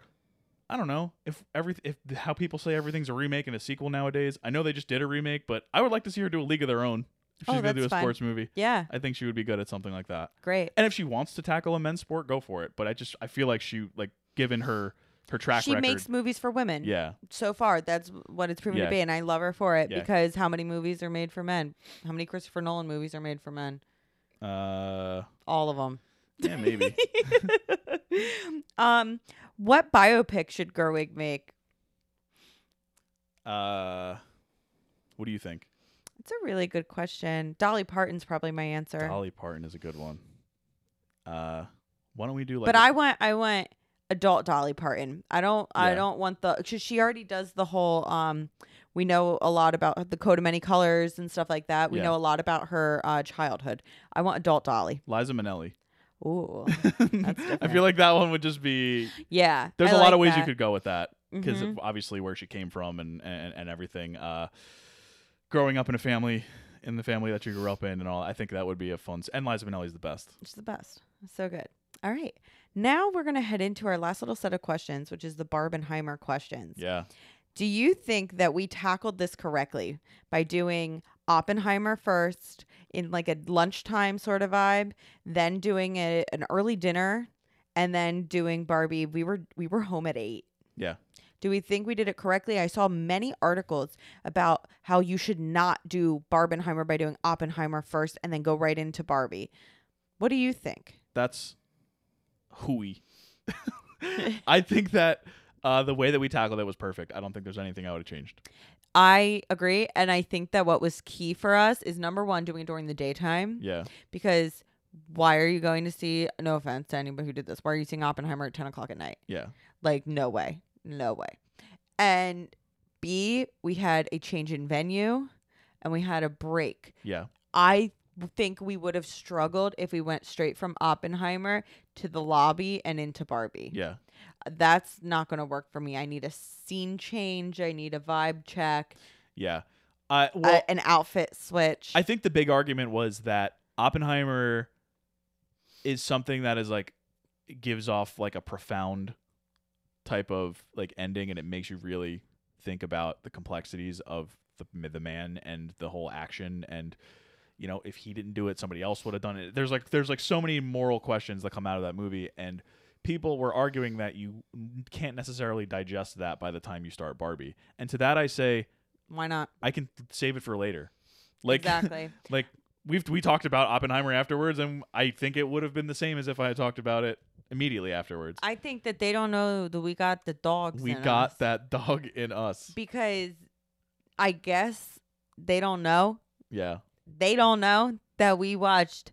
B: I don't know if every if how people say everything's a remake and a sequel nowadays. I know they just did a remake, but I would like to see her do a League of Their Own. If
A: Oh,
B: she's gonna do
A: that's
B: a
A: fun.
B: sports movie,
A: yeah.
B: I think she would be good at something like that.
A: Great.
B: And if she wants to tackle a men's sport, go for it. But I just I feel like she like given her her track
A: She
B: record.
A: makes movies for women.
B: Yeah,
A: So far, that's what it's proven
B: Yeah.
A: to be, and I love her for it
B: Yeah.
A: because how many movies are made for men? How many Christopher Nolan movies are made for men?
B: Uh,
A: All of them.
B: yeah, maybe.
A: um, what biopic should Gerwig make?
B: uh, what do you think?
A: It's a really good question. Dolly Parton's probably my answer.
B: Dolly Parton is a good one. Uh, why don't we do like?
A: but
B: a-
A: I want I want adult Dolly Parton. I don't I
B: Yeah.
A: don't want the cause she already does the whole um we know a lot about the coat of many colors and stuff like that. We
B: Yeah.
A: know a lot about her uh, childhood. I want adult Dolly.
B: Liza Minnelli.
A: Ooh.
B: I
A: different.
B: feel like that one would just be.
A: Yeah.
B: There's
A: a
B: a lot of ways you could go with that because
A: Mhm.
B: of obviously where she came from and, and and everything. Uh, growing up in a family, in the family that you grew up in, and all. I think that would be a fun. s- And Liza Minnelli's the best.
A: It's the best. So good. All right. Now we're going to head into our last little set of questions, which is the Barbenheimer questions.
B: Yeah.
A: Do you think that we tackled this correctly by doing Oppenheimer first in like a lunchtime sort of vibe, then doing a, an early dinner, and then doing Barbie? We were we were home at 8.
B: Yeah.
A: Do we think we did it correctly? I saw many articles about how you should not do Barbenheimer by doing Oppenheimer first and then go right into Barbie. What do you think?
B: that's hooey. I think that uh, the way that we tackled it was perfect. I don't think there's anything I would have changed.
A: I agree. And I think that what was key for us is number one, doing it during the daytime.
B: Yeah,
A: Because why are you going to see, no offense to anybody who did this, why are you seeing Oppenheimer at 10 o'clock at night?
B: yeah,
A: Like, no way. No way. And B, we had a change in venue and we had a break.
B: yeah.
A: I think we would have struggled if we went straight from Oppenheimer to the lobby and into Barbie.
B: Yeah.
A: That's not going to work for me. I need a scene change. I need a vibe check,
B: Yeah. I
A: a-
B: well,
A: an outfit switch.
B: I think the big argument was that Oppenheimer is something that is like gives off like a profound type of like ending, and it makes you really think about the complexities of the the man and the whole action and you know if he didn't do it somebody else would have done it there's like there's like so many moral questions that come out of that movie and people were arguing that you can't necessarily digest that by the time you start barbie and to that i say
A: why not?
B: i can save it for later like
A: exactly.
B: like we've we talked about Oppenheimer afterwards, and I think it would have been the same as if I had talked about it immediately afterwards.
A: I think that they don't know that we got the dogs.
B: we
A: in
B: got
A: us.
B: that dog in us.
A: because I guess they don't know.
B: Yeah,
A: They don't know that we watched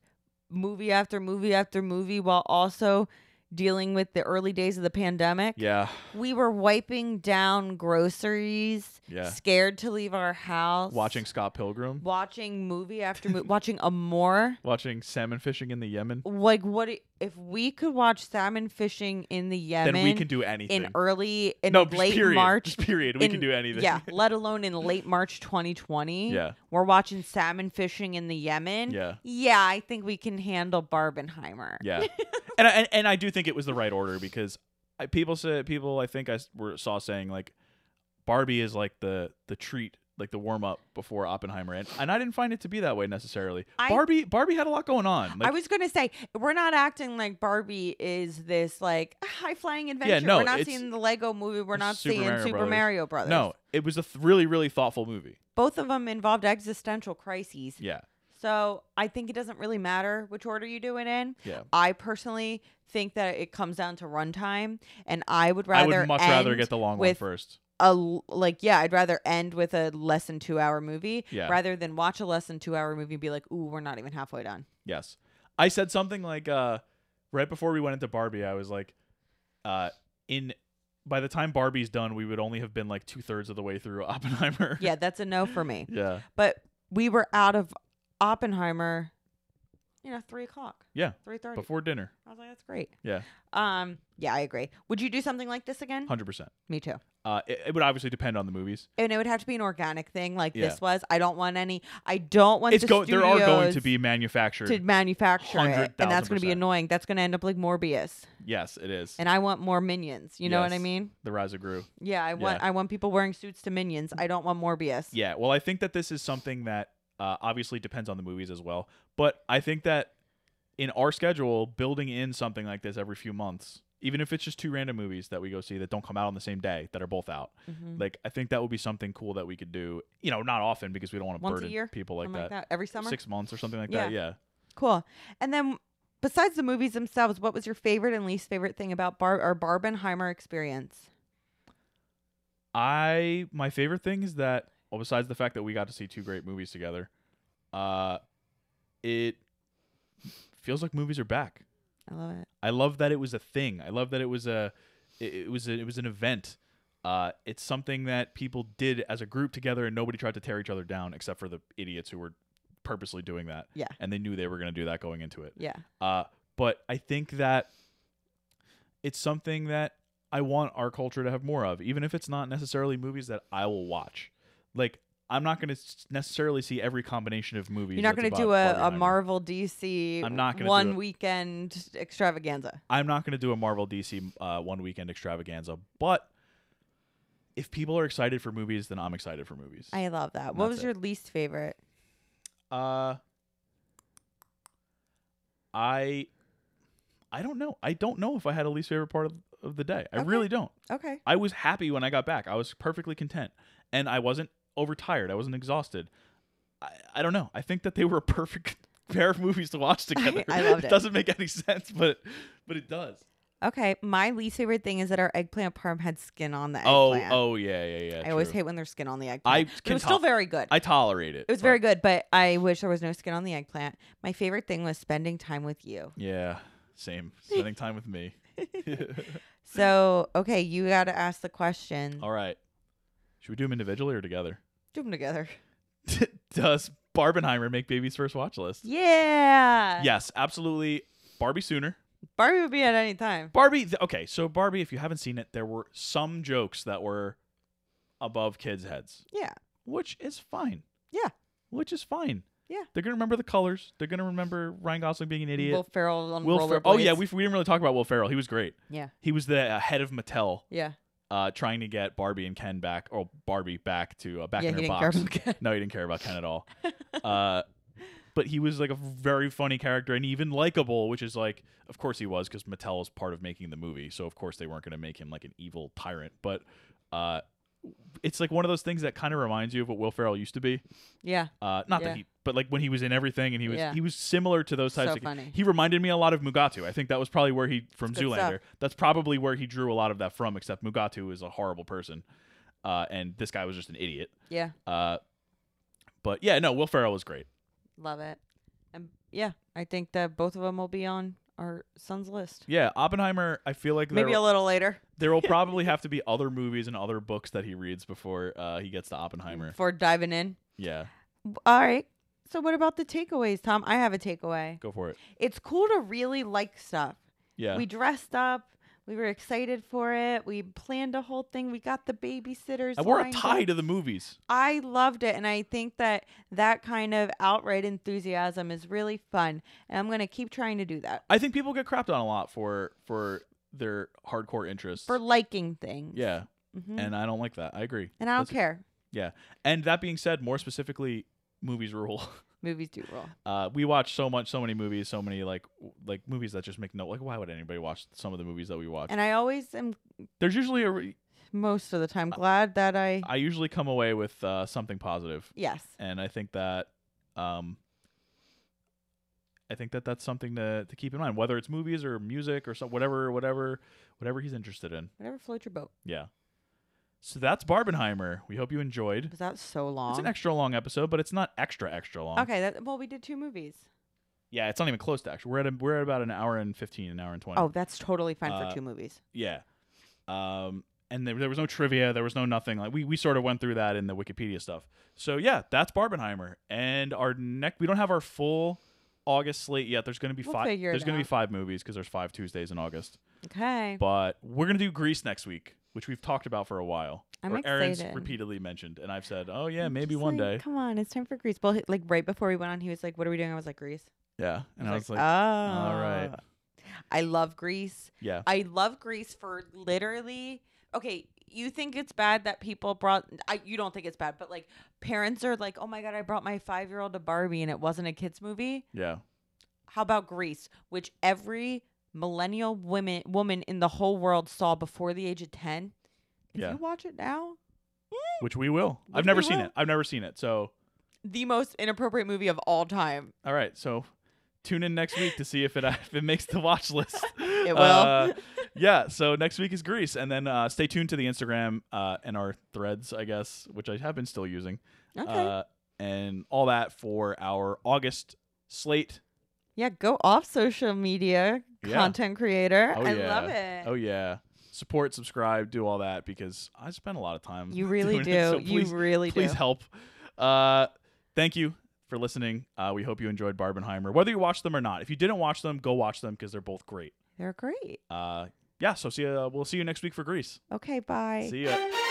A: movie after movie after movie while also dealing with the early days of the pandemic.
B: Yeah.
A: We were wiping down groceries,
B: Yeah.
A: scared to leave our house,
B: Watching Scott Pilgrim,
A: watching movie after movie, watching Amore.
B: watching salmon fishing in the Yemen.
A: Like what i- if we could watch salmon fishing in the Yemen
B: Then we can do anything.
A: in early in
B: no, just
A: late
B: period.
A: March?
B: Just period. We can
A: in-
B: do anything.
A: Yeah, let alone in late March 2020.
B: Yeah.
A: We're watching salmon fishing in the Yemen.
B: Yeah.
A: Yeah, I think we can handle Barbenheimer.
B: Yeah, and, I, and and I do think it was the right order because I, people said people I think I s- were saw saying like Barbie is like the the treat like the warm up before Oppenheimer and and I didn't find it to be that way necessarily.
A: I-
B: Barbie Barbie had a lot going on. Like,
A: I was gonna say we're not acting like Barbie is this like high flying adventure.
B: no,
A: we're not
B: it's-
A: seeing the Lego Movie. We're
B: it's
A: not
B: Super
A: seeing
B: Mario
A: Super
B: Brothers.
A: Mario Brothers.
B: no, it was a th- really really thoughtful movie.
A: both of them involved existential crises.
B: Yeah,
A: So I think it doesn't really matter which order you do it in.
B: yeah.
A: I personally think that it comes down to runtime, and I would
B: I
A: rather
B: would much rather
A: end
B: get the long one
A: with-
B: first.
A: a l- like yeah i'd rather end with a less than two hour movie
B: Yeah.
A: rather than watch a less than two hour movie and be like ooh we're not even halfway done
B: Yes. I said something like uh right before we went into Barbie, I was like, uh in by the time Barbie's done, we would only have been like two thirds of the way through Oppenheimer.
A: yeah that's a no for me
B: Yeah.
A: but we were out of oppenheimer you know three o'clock
B: Yeah.
A: three thirty
B: Before dinner.
A: i was like that's great
B: Yeah.
A: um yeah i agree would you do something like this again
B: Hundred percent.
A: me too
B: Uh it, it would obviously depend on the movies.
A: and it would have to be an organic thing like
B: Yeah.
A: this was i don't want any i don't want
B: it's
A: the
B: go there are going to
A: studios
B: be manufactured.
A: to manufacture it, and that's going to
B: 100,000%.
A: be annoying. That's going to end up like Morbius,
B: yes, it is.
A: and I want more minions. You know what I
B: Yes.
A: mean?
B: the rise of Gru.
A: Yeah, I want
B: Yeah.
A: I want people wearing suits to minions. I don't want Morbius.
B: Yeah. Well, I think that this is something that uh, obviously depends on the movies as well. But I think that in our schedule, building in something like this every few months, even if it's just two random movies that we go see that don't come out on the same day that are both out,
A: Mhm.
B: like I think that would be something cool that we could do. You know, not often because we don't want to
A: Once a
B: burden
A: year?
B: people like
A: Something
B: that.
A: Every summer.
B: Six months or something like that. Yeah.
A: Cool. And then besides the movies themselves, what was your favorite and least favorite thing about Bar our Barbenheimer experience?
B: I my favorite thing is that well, besides the fact that we got to see two great movies together, uh, it feels like movies are back.
A: I love it.
B: I love that it was a thing. I love that it was a it, it was a, it was an event. Uh, it's something that people did as a group together, and nobody tried to tear each other down except for the idiots who were purposely doing that.
A: Yeah.
B: and they knew they were going to do that going into it.
A: Yeah.
B: Uh, but I think that it's something that I want our culture to have more of, even if it's not necessarily movies that I will watch. Like I'm not going to necessarily see every combination of movies.
A: You're not
B: that's
A: going to do
B: about
A: a, a
B: Barbenheimer.
A: Marvel DC
B: I'm not gonna do
A: one
B: it.
A: weekend extravaganza.
B: I'm not going to do a Marvel DC uh, one weekend extravaganza, but if people are excited for movies, then I'm excited for movies.
A: I love that. What
B: That's
A: was
B: it.
A: your least favorite?
B: uh, I, I don't know. I don't know if I had a least favorite part of, of the day. I
A: Okay.
B: really don't.
A: Okay.
B: I was happy when I got back. I was perfectly content, and I wasn't overtired. I wasn't exhausted. I, I don't know. I think that they were a perfect pair of movies to watch together.
A: I loved it.
B: Doesn't make any sense, but but it does.
A: Okay. My least favorite thing is that our eggplant parm had skin on the
B: Oh
A: eggplant.
B: oh yeah yeah yeah.
A: I always
B: true.
A: hate when there's skin on the eggplant.
B: I
A: But it
B: can
A: was still
B: top-
A: very good.
B: I tolerate it.
A: It was
B: but-
A: very good, but I wish there was no skin on the eggplant. My favorite thing was spending time with you.
B: Yeah, same. Spending time with me.
A: So, okay, you got to ask the question.
B: Mm. All right. Should we do them individually or together?
A: Do them together.
B: Does Barbenheimer make Baby's first watch list?
A: Yeah.
B: Yes, absolutely. Barbie sooner.
A: Barbie would be at any time.
B: Barbie. th- okay, so Barbie, if you haven't seen it, there were some jokes that were above kids' heads,
A: Yeah.
B: which is fine.
A: Yeah.
B: Which is fine.
A: Yeah.
B: They're gonna remember the colors. They're gonna remember Ryan Gosling being an idiot.
A: Will Ferrell on
B: Will
A: roller
B: Fer- Oh yeah,
A: blades.
B: we, we didn't really talk about Will Ferrell. He was great.
A: Yeah.
B: He was the uh, head of Mattel
A: Yeah.
B: uh, trying to get Barbie and Ken back, or Barbie back to uh, back
A: yeah,
B: in
A: he didn't
B: her box.
A: care about Ken.
B: No, he didn't care about Ken at all. Uh, but he was like a very funny character and even likable, which is like, of course he was, because Mattel was part of making the movie, so of course they weren't going to make him like an evil tyrant. But uh, it's like one of those things that kind of reminds you of what Will Ferrell used to be.
A: Yeah.
B: Uh, not
A: Yeah.
B: that he, but like when he was in everything, and he was
A: Yeah.
B: he was similar to those types.
A: So
B: of,
A: funny.
B: He reminded me a lot of Mugatu. I think that was probably where he from
A: good stuff.
B: Zoolander. That's probably where he drew a lot of that from. Except Mugatu is a horrible person, uh, and this guy was just an idiot.
A: Yeah.
B: Uh, but yeah, no, Will Ferrell was great.
A: Love it. And yeah, I think that both of them will be on our son's list.
B: Yeah, Oppenheimer. I feel like there,
A: Maybe a little later
B: there will probably have to be other movies and other books that he reads before uh, he gets to Oppenheimer.
A: for diving in.
B: Yeah,
A: All right. So what about the takeaways, Tom? I have a takeaway.
B: go for it.
A: It's cool to really like stuff.
B: Yeah,
A: We dressed up. We were excited for it. We planned a whole thing. We got the babysitters.
B: I wore a
A: lined
B: tie
A: up.
B: to the movies.
A: I loved it. And I think that that kind of outright enthusiasm is really fun. And I'm going to keep trying to do that
B: I think people get crapped on a lot for for their hardcore interests.
A: for liking things.
B: yeah,
A: hmm And,
B: and I don't like that. I agree.
A: I don't
B: that's-
A: care.
B: And that being said, more specifically, movies rule.
A: Movies do roll.
B: Uh, we watch so much, so many movies, so many like w- like movies that just make no like. Why would anybody watch some of the movies that we watch?
A: And I always am
B: There's usually a. Re-
A: most of the time glad that I.
B: Uh, I usually come away with uh, something positive,
A: Yes.
B: and I think that. Um, I think that that's something to, to keep in mind, whether it's movies or music or so, whatever, whatever, whatever he's interested in.
A: Whatever floats your boat.
B: Yeah. So that's Barbenheimer. We hope you enjoyed.
A: Was that so long?
B: It's an extra long episode, but it's not extra extra long.
A: Okay. That, well, we did two movies.
B: Yeah, it's not even close to extra. We're at a, we're at about an hour and fifteen, an hour and twenty.
A: Oh, that's totally fine
B: Uh,
A: for two movies.
B: Yeah. Um, and there, there was no trivia. There was no nothing. Like we, we sort of went through that in the Wikipedia stuff. So yeah, that's Barbenheimer. And our next, we don't have our full August slate yet. There's going to be
A: We'll
B: five.
A: figure it
B: There's going to be
A: out.
B: five movies because there's five Tuesdays in August.
A: Okay.
B: But we're going to do Grease next week, which we've talked about for a while.
A: I'm
B: or Aaron's
A: excited.
B: repeatedly mentioned, and I've said, oh yeah,
A: I'm
B: maybe
A: just
B: one
A: like,
B: day.
A: Come on, it's time for Grease. Well, he- like right before we went on, he was like, "What are we doing?" I was like, "Grease."
B: Yeah.
A: I
B: And I was like,
A: "Oh,
B: all right.
A: I love Grease.
B: Yeah.
A: I love Grease for literally. Okay, you think it's bad that people brought? I you don't think it's bad, but like parents are like, "Oh my god, I brought my five year old to Barbie and it wasn't a kids movie."
B: Yeah.
A: How about Grease, which every millennial woman woman in the whole world saw before the age of ten? If
B: Yeah.
A: you watch it now,
B: Which we will. I've
A: Which
B: never
A: we
B: seen
A: will.
B: it. I've never seen it. So
A: the most inappropriate movie of all time.
B: All right, so tune in next week to see if it uh, if it makes the watch list.
A: It will.
B: Uh, yeah, so next week is Greece, and then uh, stay tuned to the Instagram uh, and our threads, I guess, which I have been still using,
A: Okay.
B: uh, and all that for our August slate.
A: Yeah, go off social media,
B: Yeah.
A: content creator.
B: Oh,
A: I
B: yeah.
A: love it.
B: Oh yeah, support, subscribe, do all that because I spend a lot of time.
A: You really
B: doing
A: do.
B: it, so
A: you
B: please,
A: really
B: please
A: do.
B: help. Uh, thank you for listening. Uh, we hope you enjoyed Barbenheimer, whether you watched them or not. If you didn't watch them, go watch them because they're both great.
A: They're great.
B: uh, yeah, so see, uh, we'll see you next week for Greece.
A: Okay, bye.
B: See ya.